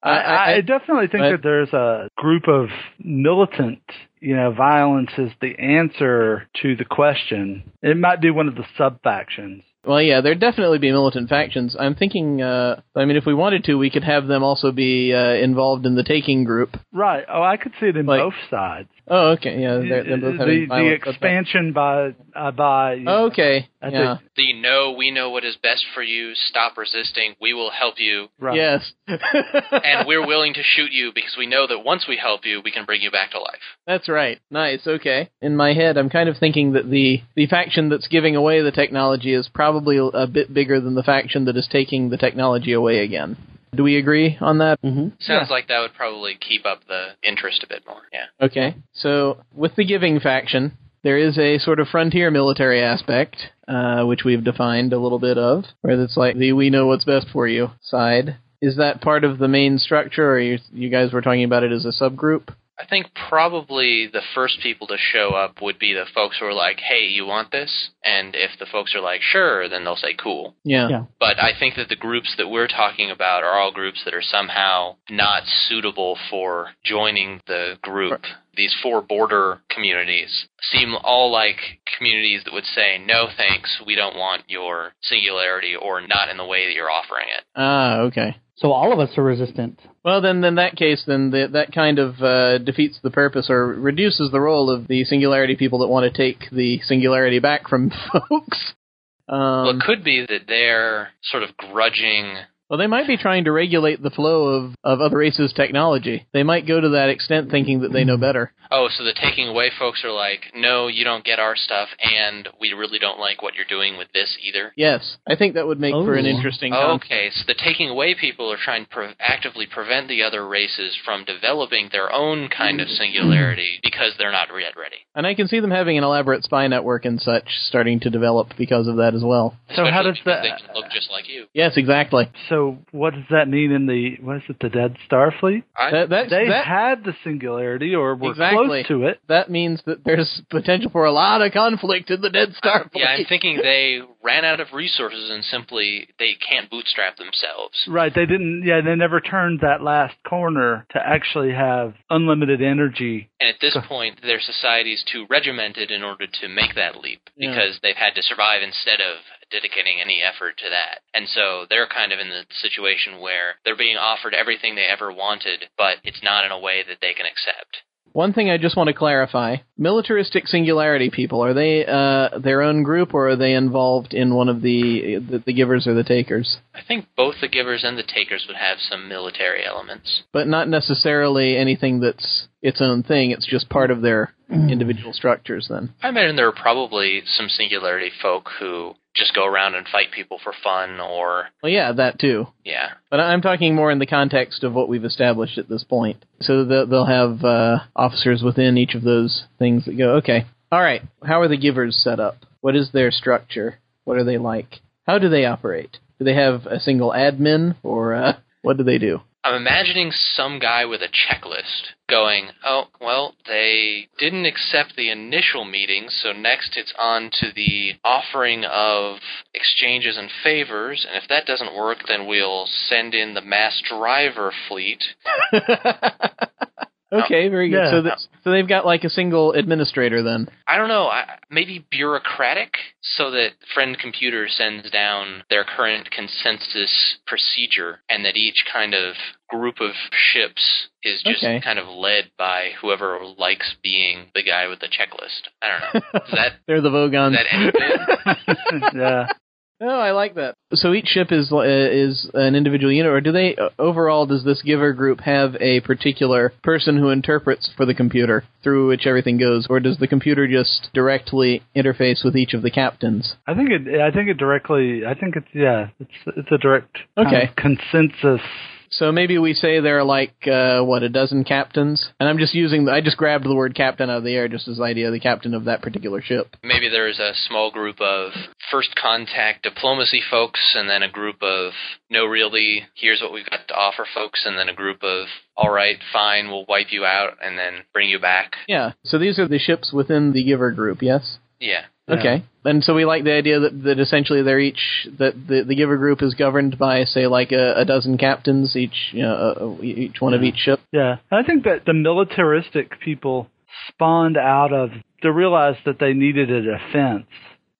I, I, I definitely think I- that there's a group of militant, you know, violence is the answer to the question. It might be one of the sub factions. Well, yeah, there'd definitely be militant factions. I'm thinking, uh, I mean, if we wanted to, we could have them also be uh, involved in the taking group. Right. Oh, I could see it in Like- both sides. Oh, okay, yeah, they're, they're both having The, the violent- Oh, expansion by uh, by Okay, I yeah, The no, we know what is best for you. Stop resisting. We will help you, right. yes. and we're willing to shoot you because we know that once we help you, we can bring you back to life. That's right. Nice. Okay. In my head, I'm kind of thinking that the the faction that's giving away the technology is probably a bit bigger than the faction that is taking the technology away again. Do we agree on that? Mm-hmm. Sounds like that would probably keep up the interest a bit more. Yeah. Okay. So with the giving faction, there is a sort of frontier military aspect, uh, which we've defined a little bit of, where it's like the we know what's best for you side. Is that part of the main structure, or you, you guys were talking about it as a subgroup? I think probably the first people to show up would be the folks who are like, hey, you want this? And if the folks are like, sure, then they'll say, cool. Yeah. Yeah. But I think that the groups that we're talking about are all groups that are somehow not suitable for joining the group. These four border communities seem all like communities that would say, no thanks, we don't want your singularity or not in the way that you're offering it. Ah. Okay. So all of us are resistant. Well, then, in that case, then the, that kind of uh, defeats the purpose or reduces the role of the singularity people that want to take the singularity back from folks. Well, Um, it could be that they're sort of grudging well, they might be trying to regulate the flow of, of other races' technology. They might go to that extent thinking that they know better. Oh, so the taking away folks are like, no, you don't get our stuff, and we really don't like what you're doing with this either. Yes, I think that would make for an Oh. interesting. con- Okay, so the taking away people are trying to pre- actively prevent the other races from developing their own kind of singularity because they're not yet ready. And I can see them having an elaborate spy network and such starting to develop because of that as well. So how does Especially because that- They can look just like you. Yes, exactly. So what does that mean in the what is it the Dead Starfleet? I, That that They that, had the singularity or were Exactly. close to it. that means that there's potential for a lot of conflict in the Dead Star. yeah, I'm thinking they ran out of resources and simply they can't bootstrap themselves. Right, they didn't. Yeah, they never turned that last corner to actually have unlimited energy. And at this point, their society's too regimented in order to make that leap Yeah. because they've had to survive instead of dedicating any effort to that. And so they're kind of in the situation where they're being offered everything they ever wanted, but it's not in a way that they can accept. One thing I just want to clarify: militaristic singularity people are they uh, their own group, or are they involved in one of the the, the givers or the takers? I think both the givers and the takers would have some military elements. But not necessarily anything that's its own thing. It's just part of their individual structures. Then, I imagine there are probably some singularity folk who just go around and fight people for fun or, well, yeah, that too. yeah. But I'm talking more in the context of what we've established at this point. So they'll they'll have uh, officers within each of those things that go, okay, all right, how are the givers set up? What is their structure? What are they like? How do they operate? Do they have a single admin, or uh, what do they do? I'm imagining some guy with a checklist going, oh, well, they didn't accept the initial meeting, so next it's on to the offering of exchanges and favors, and if that doesn't work, then we'll send in the mass driver fleet. okay, very good. Yeah. So that's, so they've got like a single administrator then. I don't know, I, maybe bureaucratic, so that Friend Computer sends down their current consensus procedure, and that each kind of group of ships is just Okay. kind of led by whoever likes being the guy with the checklist. I don't know. Is that They're the Vogons. That anything? yeah, No, I like that. So each ship is uh, is an individual unit, or do they uh, overall? Does this giver group have a particular person who interprets for the computer through which everything goes, or does the computer just directly interface with each of the captains? I think it. I think it directly. I think it's yeah. It's it's a direct kind Okay. of consensus. So maybe we say there are like uh, what a dozen captains, and I'm just using. I just grabbed the word captain out of the air, just as the idea of the captain of that particular ship. Maybe there is a small group of first contact diplomacy folks, and then a group of no, really, here's what we've got to offer folks, and then a group of all right, fine, we'll wipe you out and then bring you back. Yeah. So these are the ships within the giver group. Yes. Yeah. Yeah. Okay. And so we like the idea that, that essentially they're each that the, the giver group is governed by say like a, a dozen captains each you know, uh, each one of each ship. Yeah, and I think that the militaristic people spawned out of they realized that they needed a defense,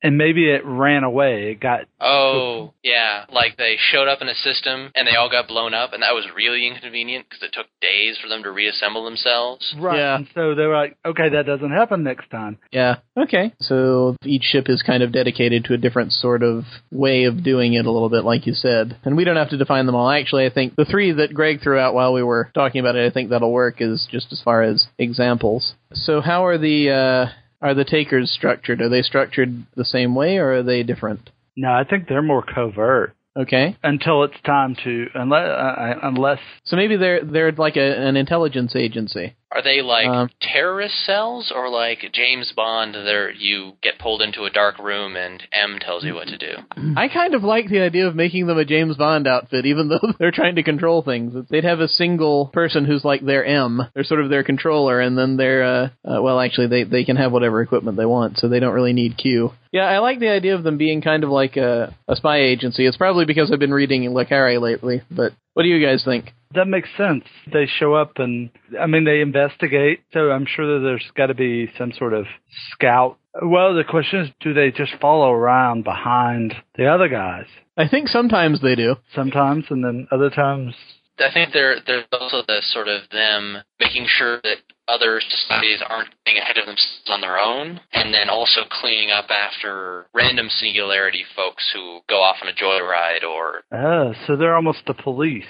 and maybe it ran away. It got Oh, yeah. Like they showed up in a system and they all got blown up, and that was really inconvenient because it took days for them to reassemble themselves. right, Yeah. and so they were like, okay, that doesn't happen next time. Yeah. Okay. So each ship is kind of dedicated to a different sort of way of doing it a little bit like you said. And we don't have to define them all. Actually, I think the three that Greg threw out while we were talking about it, I think that'll work is just as far as examples. So how are the uh, are the takers structured? Are they structured the same way or are they different? No, I think they're more covert Okay. until it's time to unless uh, unless So maybe they're they're like a, an intelligence agency. Are they like Um, terrorist cells or like James Bond? There, you get pulled into a dark room and M tells you what to do. I kind of like the idea of making them a James Bond outfit, even though they're trying to control things. They'd have a single person who's like their M. They're sort of their controller, and then they're uh, uh, well, actually, they they can have whatever equipment they want, so they don't really need Q. Yeah, I like the idea of them being kind of like a a spy agency. It's probably because I've been reading Le Carre lately, but what do you guys think? That makes sense. They show up and, I mean, they investigate. So I'm sure that there's got to be some sort of scout. Well, the question is, do they just follow around behind the other guys I think sometimes they do. sometimes and then other times? I think there there's also the sort of them making sure that other societies aren't getting ahead of themselves on their own, and then also cleaning up after random singularity folks who go off on a joyride or Oh, so they're almost the police.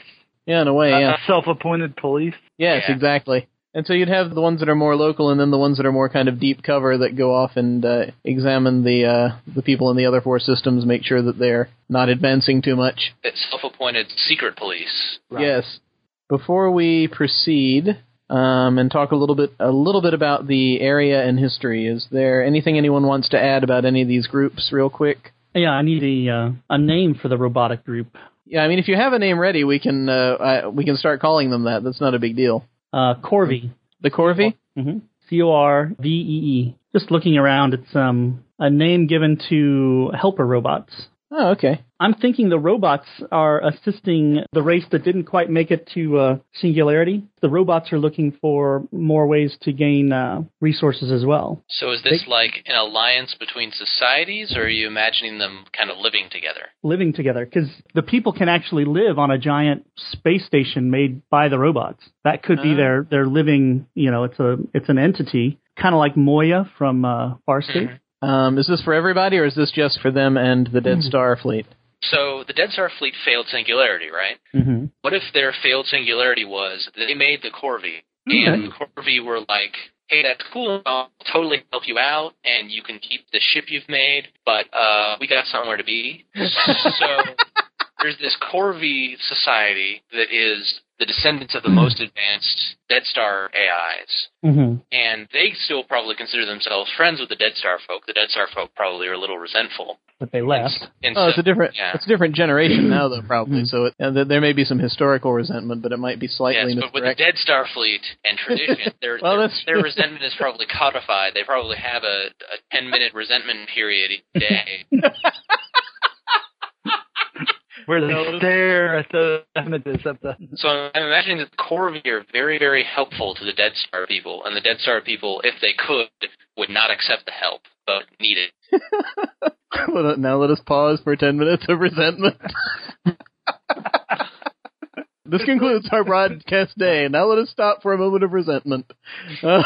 Yeah, in a way, yeah. Uh, self-appointed police. Yes, Yeah. exactly. And so you'd have the ones that are more local, and then the ones that are more kind of deep cover that go off and uh, examine the uh, the people in the other four systems, make sure that they're not advancing too much. self-appointed secret police. Yes. Before we proceed um, and talk a little bit a little bit about the area and history, is there anything anyone wants to add about any of these groups, real quick? Yeah, I need a uh, a name for the robotic group. Yeah, I mean, if you have a name ready, we can uh, I, we can start calling them that. That's not a big deal. Uh, Corvi. The Corvi. Mm-hmm. C O R V E E. Just looking around, it's um a name given to helper robots. Oh, okay. I'm thinking the robots are assisting the race that didn't quite make it to uh, singularity. The robots are looking for more ways to gain uh, resources as well. So is this like an alliance between societies, or are you imagining them kind of living together? living together because the people can actually live on a giant space station made by the robots. That could be Ah. their their living. You know, it's a it's an entity, kind of like Moya from uh, Farscape. Um, is this for everybody, or is this just for them and the Dead Star fleet? So the Dead Star fleet failed Singularity, right? Mm-hmm. What if their failed singularity was they made the Corvi, and the Corvi were like, "Hey, that's cool. I'll totally help you out, and you can keep the ship you've made, but uh, we got somewhere to be." so there's this Corvi society that is the descendants of the most advanced Dead Star AIs, Mm-hmm. and they still probably consider themselves friends with the Dead Star folk. The Dead Star folk probably are a little resentful. But they left. And Oh, it's so- a different, yeah. it's a different generation now, though probably. so it, uh, th- there may be some historical resentment, but it might be slightly Yes, but with the misdirected. Dead Star fleet and tradition, their, Well, their, that's- their resentment is probably codified. They probably have a, a 10 minute resentment period each day. Where they No. stare at the images of the. So I'm, I'm imagining that the Corvi are very, very helpful to the Dead Star people, and the Dead Star people, if they could, would not accept the help, but need it. now let us pause for ten minutes of resentment. this concludes our broadcast day. Now let us stop for a moment of resentment. Uh,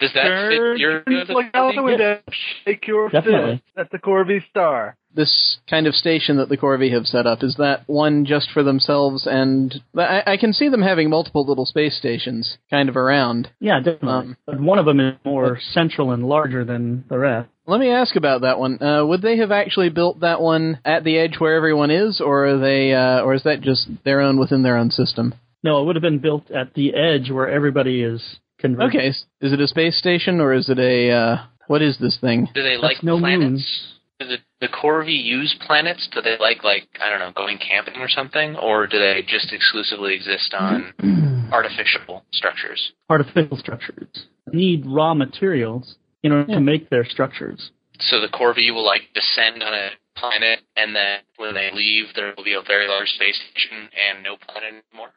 Does that Turn, fit your view of the look out the thing? window, shake your Definitely. fist at the Corby Star. This kind of station that the Corvi have set up is that one just for themselves, and I, I can see them having multiple little space stations kind of around. Yeah, definitely. Um, but one of them is more central and larger than the rest. Let me ask about that one. Uh, would they have actually built that one at the edge where everyone is, or are they, uh, or is that just their own within their own system? No, it would have been built at the edge where everybody is converging. Okay, s- is it a space station or is it a uh, what is this thing? Do they That's like no planets? moons. Do the, the Corvi use planets? Do they like like I don't know, going camping or something, or do they just exclusively exist on artificial structures? Artificial structures need raw materials in order Yeah. to make their structures. So the Corvi will like descend on a planet, and then when they leave, there will be a very large space station and no planet anymore.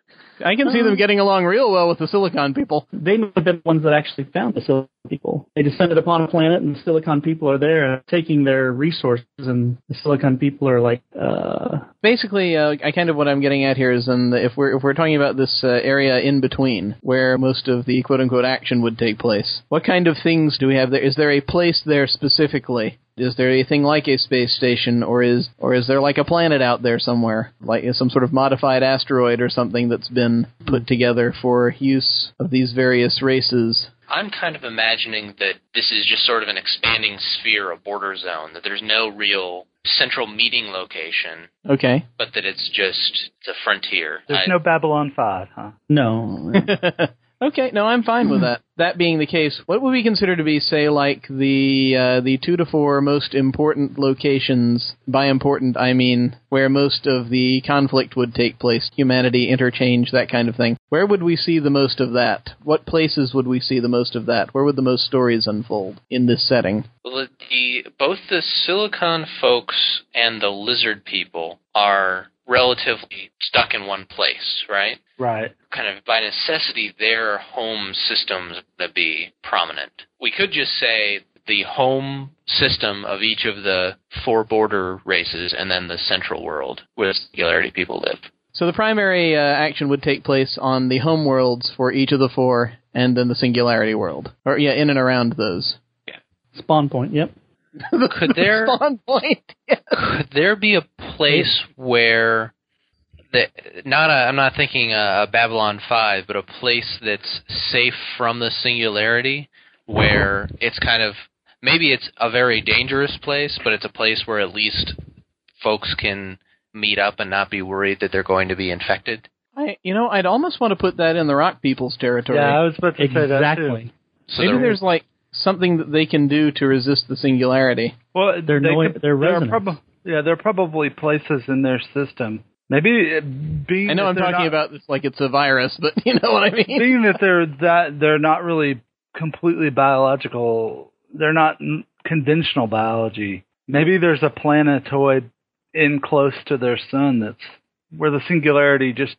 I can see them getting along real well with the Silicon people. They may have been the ones that actually found the Silicon people. They descended upon a planet, and the Silicon people are there uh, taking their resources, and the Silicon people are like, uh, Basically, uh, I kind of what I'm getting at here is, in the, if we're if we're talking about this uh, area in between where most of the quote unquote action would take place, what kind of things do we have there? Is there a place there specifically? Is there anything like a space station, or is or is there like a planet out there somewhere, like some sort of modified asteroid or something that's been put together for use of these various races? I'm kind of imagining that this is just sort of an expanding sphere, a border zone, that there's no real central meeting location, Okay. but that it's just the frontier. There's I- no Babylon 5, huh? no. okay, no, I'm fine with that. That being the case, what would we consider to be, say, like the uh, the two to four most important locations? By important, I mean where most of the conflict would take place, humanity interchange, that kind of thing. Where would we see the most of that? What places would we see the most of that? Where would the most stories unfold in this setting? Well, the both the silicon folks and the lizard people are relatively stuck in one place, right? Right. Kind of by necessity, their home systems to be prominent. We could just say the home system of each of the four border races, and then the central world where the singularity people live. So the primary uh, action would take place on the home worlds for each of the four, and then the singularity world, or yeah, in and around those. Spawn point, yep. Could there- spawn point? could there be a place where the not a, I'm not thinking a, a Babylon 5, but a place that's safe from the singularity where it's kind of maybe it's a very dangerous place, but it's a place where at least folks can meet up and not be worried that they're going to be infected. I, you know, I'd almost want to put that in the rock people's territory. Yeah, I was about to say that too. Exactly. So Maybe there- there's like something that they can do to resist the singularity. Well, They're they noi- could- they're there are resonance. prob- yeah, there are probably places in their system. Maybe it- being I know that I'm they're talking not- about this like it's a virus, but you know what I mean. being that they're that they're not really completely biological. They're not n- conventional biology. Maybe there's a planetoid in close to their sun that's where the singularity just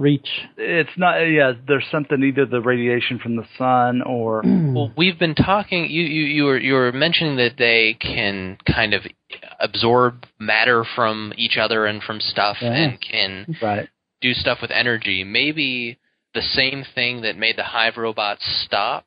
reach. it's not yeah there's something either the radiation from the sun or Well, we've been talking. You you you were you were mentioning that they can kind of absorb matter from each other and from stuff, Yeah. and can right do stuff with energy. Maybe the same thing that made the hive robots stop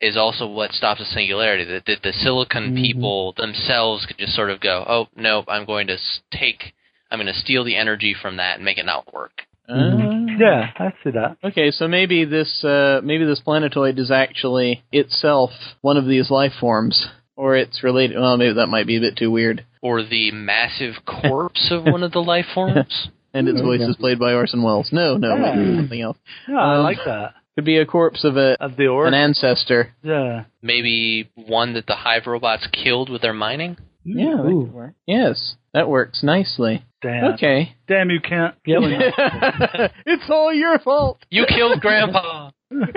is also what stops the singularity. That, that the silicon Mhm. people themselves could just sort of go, oh no, I'm going to s- take, I'm going to steal the energy from that and make it not work. Uh, yeah I see that Okay, so maybe this uh, maybe this planetoid is actually itself one of these life forms, or it's related. Well, maybe that might be a bit too weird. Or the massive corpse of one of the life forms. And its Oh, voice yeah. is played by Orson Welles. No, no, Yeah. maybe something else. yeah I Um, like that Could be a corpse of a of the an origin ancestor. yeah Maybe one that the hive robots killed with their mining. Yeah, that Ooh. could work. Yes, that works nicely. damn Okay. damn you can't it's all your fault. You killed Grandpa.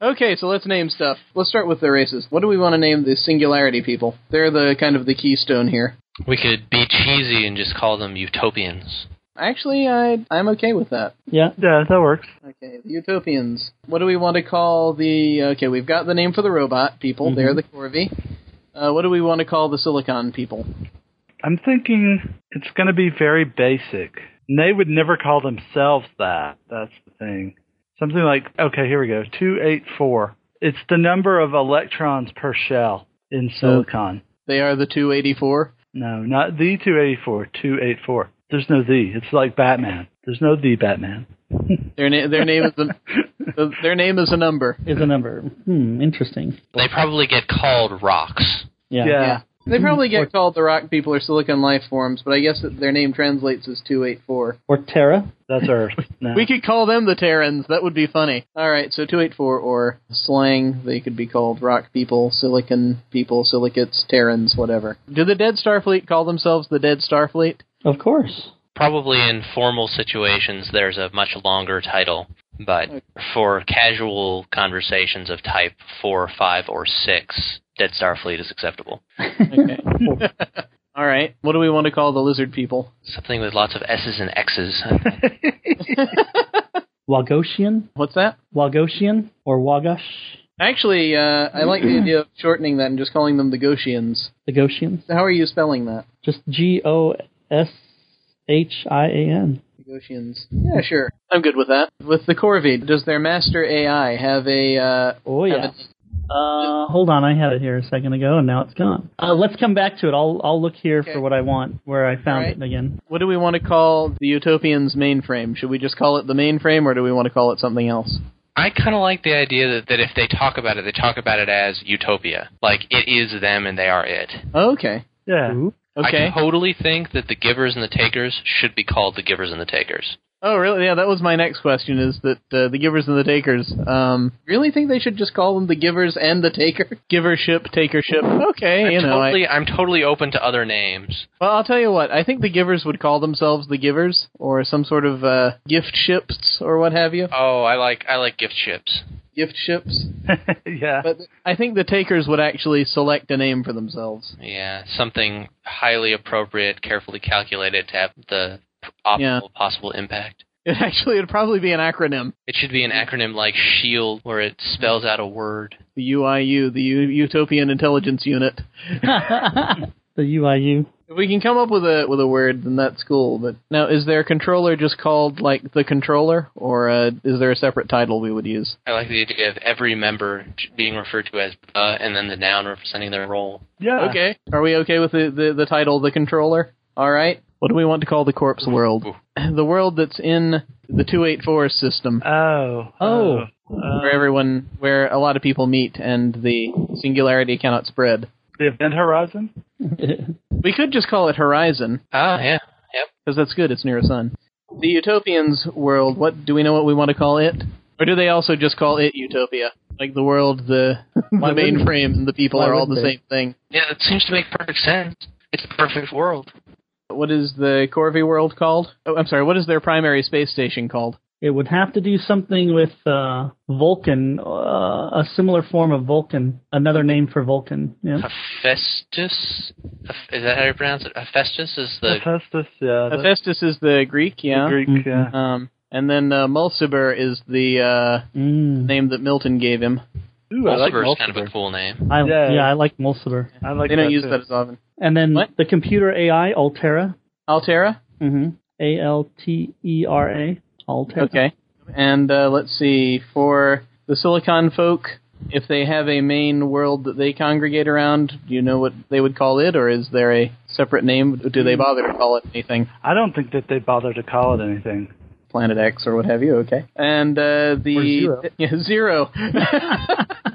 okay, so let's name stuff. Let's start with the races. What do we want to name the singularity people? They're the kind of the keystone here. We could be cheesy and just call them utopians. Actually, I I'm okay with that. Yeah. yeah that works Okay, the utopians. What do we want to call the? Okay, we've got the name for the robot people. Mhm. They're the Corvi. Uh, what do we want to call the silicon people? I'm thinking it's going to be very basic. And they would never call themselves that. That's the thing. Something like, okay, here we go. 284. It's the number of electrons per shell in Oh. silicon. They are the 284. No, not the 284, 284. There's no the. It's like Batman. There's no the Batman. Their, na- their name is a, their name is a number. Is a number. Hmm, interesting. They probably get called rocks. Yeah. yeah. They probably Or- get called the rock people or silicon life forms, but I guess that their name translates as 284. Or Terra. That's Earth. No. We could call them the Terrans. That would be funny. All right, so 284 or slang, they could be called rock people, silicon people, silicates, Terrans, whatever. Do the dead Starfleet call themselves the dead Starfleet? Of course. Probably in formal situations, there's a much longer title, but for casual conversations of type 4, 5, or 6, Dead Starfleet is acceptable. Okay. All right. What do we want to call the lizard people? Something with lots of S's and X's. Wagoshian? What's that? Wagoshian? Or Wagash? Actually, uh, I like the idea of shortening that and just calling them the Goshians. The Goshians? How are you spelling that? Just G O S H I A N. Goshians. Yeah, sure. I'm good with that. With the Corvid, does their master AI have a? Uh, Oh yeah. have a- Uh, hold on, I had it here a second ago, and now it's gone. Uh, let's come back to it. I'll I'll look here Okay. for what I want, where I found Alright. it again. what do we want to call the Utopians' mainframe? Should we just call it the mainframe, or do we want to call it something else? I kind of like the idea that, that if they talk about it, they talk about it as utopia. Like, it is them and they are it. Okay. Uh, yeah. Okay. I totally think that the givers and the takers should be called the givers and the takers. Oh, really? Yeah, that was my next question. Is that uh, the givers and the takers? Um, really think they should just call them the givers and the taker? Givership, takership. Okay, you I'm, know. I- totally, I'm totally open to other names. well, I'll tell you what. I think the givers would call themselves the givers, or some sort of uh, gift ships, or what have you. Oh, I like I like gift ships. Gift ships. yeah. But I think the takers would actually select a name for themselves. Yeah, something highly appropriate, carefully calculated to have the p- optimal Yeah. possible impact. It actually would probably be an acronym. It should be an acronym like SHIELD, where it spells out a word. The UIU, the U- Utopian Intelligence Unit. the UIU. If we can come up with a with a word, then that's cool. But now, is their controller just called like the controller, or uh, is there a separate title we would use? I like the idea of every member being referred to as the, and then the noun representing their role. Yeah. Okay, are we okay with the, the the title, the controller? All right. What do we want to call the corpse world? The world that's in the two eight four system, Oh. Oh. Uh, where everyone, where a lot of people meet, and the singularity cannot spread. the event horizon? We could just call it Horizon. Ah, yeah. because that's good. It's near a sun. The Utopians world. What do we know? What we want to call it, or do they also just call it Utopia? Like the world, the the Why wouldn't they? mainframe, and the people Why are all the wouldn't they? same thing. Yeah, that seems to make perfect sense. It's the perfect world. What is the Corvi world called? Oh, I'm sorry. What is their primary space station called? it would have to do something with uh, Vulcan, uh, a similar form of Vulcan, another name for Vulcan. Yeah. Hephaestus? Heph- Is that how you pronounce it? Hephaestus is the Hephaestus, yeah. Uh, that's Hephaestus is the Greek, the yeah. Greek, Mhm. yeah. Um, and then uh, Mulciber is the uh, Mm. name that Milton gave him. Mm-hmm. Ooh, I like Oliver is kind of Multiverse. a cool name. I, Yeah. yeah. I like Mulciber. I like they don't that use too. that as often. And then What? the computer AI, Altera. Altera. Mm-hmm. A L T E R A. Altera. Okay. And uh, let's see, for the Silicon folk, if they have a main world that they congregate around, do you know what they would call it, or is there a separate name? Do they bother to call it anything? I don't think that they bother to call it anything. Planet X or what have you? Okay. And uh, the Or yeah, zero.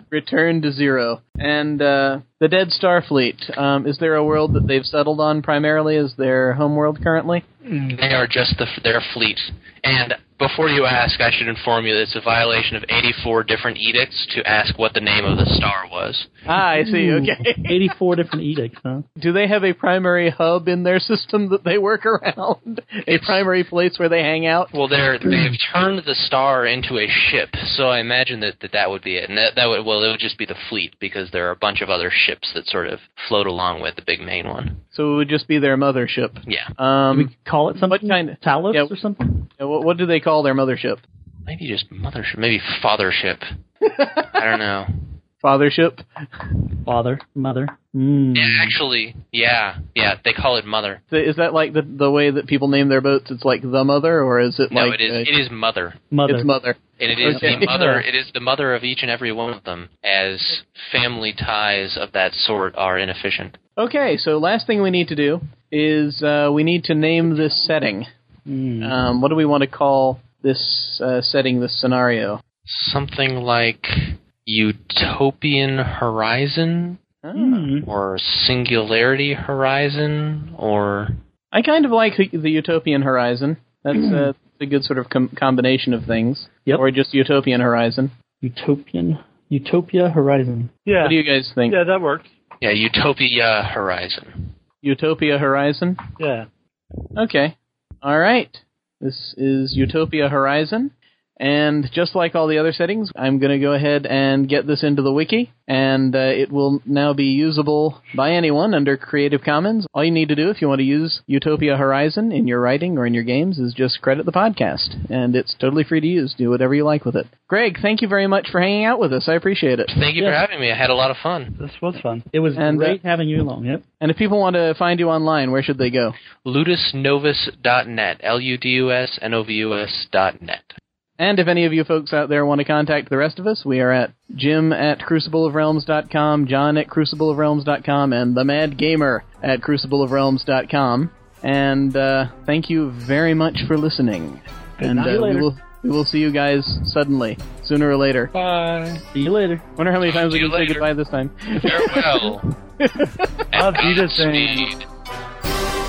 Return to zero. And uh, the dead Starfleet. Um, is there a world that they've settled on primarily as their home world currently? They are just the, their fleet. And before you ask, I should inform you that it's a violation of 84 different edicts to ask what the name of the star was. Ah, I see. Ooh, Okay. 84 different edicts, huh? Do they have a primary hub in their system that they work around? A primary place where they hang out? Well, they're, they've turned the star into a ship, so I imagine that that, that would be it. And that, that would, well, it would just be the fleet, because there are a bunch of other ships that sort of float along with the big main one. So it would just be their mothership. Yeah. Do we Um, call it something? what kind of- Talos yeah. or something? what, what do they call their mothership? Maybe just mothership. Maybe fathership. I don't know. Fathership? Father, mother. Mm. Yeah, actually, yeah, yeah. They call it mother. So Is that like the the way that people name their boats? It's like the mother, or is it No, like it is. uh, It is mother. Mother. It's mother. And it is Okay. the mother. It is the mother of each and every one of them, as family ties of that sort are inefficient. Okay, so last thing we need to do is uh, we need to name this setting. Mm. Um, what do we want to call this uh, setting, this scenario? Something like utopian horizon Ah. Mm. or singularity horizon or I kind of like the utopian horizon. That's Hmm. uh, a good sort of com- combination of things. Yep. Or just utopian horizon. Utopian. Utopia Horizon. Yeah. What do you guys think? yeah, that works. yeah, utopia horizon. Utopia horizon? Yeah. Okay. All right. This is Utopia Horizon. And just like all the other settings, I'm going to go ahead and get this into the wiki, and uh, it will now be usable by anyone under Creative Commons. All you need to do if you want to use Utopia Horizon in your writing or in your games is just credit the podcast, and it's totally free to use. Do whatever you like with it. Greg, thank you very much for hanging out with us. I appreciate it. Thank you for Yes. having me. I had a lot of fun. This was fun. It was And, uh, great having you along. Yep. And if people want to find you online, where should they go? Ludusnovus.net. L U D U S N O V U S dot net. And if any of you folks out there want to contact the rest of us, we are at jim at crucibleofrealms.com, john at crucibleofrealms.com, and the mad gamer at crucibleofrealms.com. And uh, thank you very much for listening. And uh, night. See you we, later. will, we will see you guys suddenly, sooner or later. Bye. See you later. Wonder how many times we See you can say later. goodbye this time. Farewell. I'll do the same. Godspeed.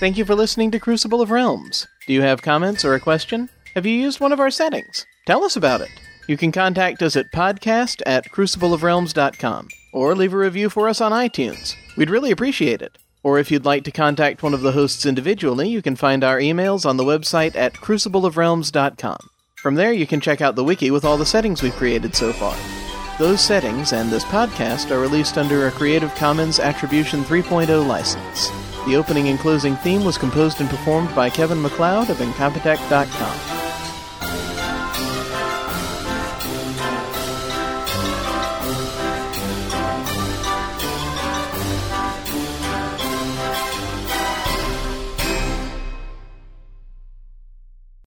Thank you for listening to Crucible of Realms. Do you have comments or a question? Have you used one of our settings? Tell us about it. You can contact us at podcast at crucibleofrealms.com or leave a review for us on iTunes. We'd really appreciate it. Or if you'd like to contact one of the hosts individually, you can find our emails on the website at crucibleofrealms.com. From there, you can check out the wiki with all the settings we've created so far. Those settings and this podcast are released under a Creative Commons Attribution 3.0 license. The opening and closing theme was composed and performed by Kevin McLeod of Incompetech.com.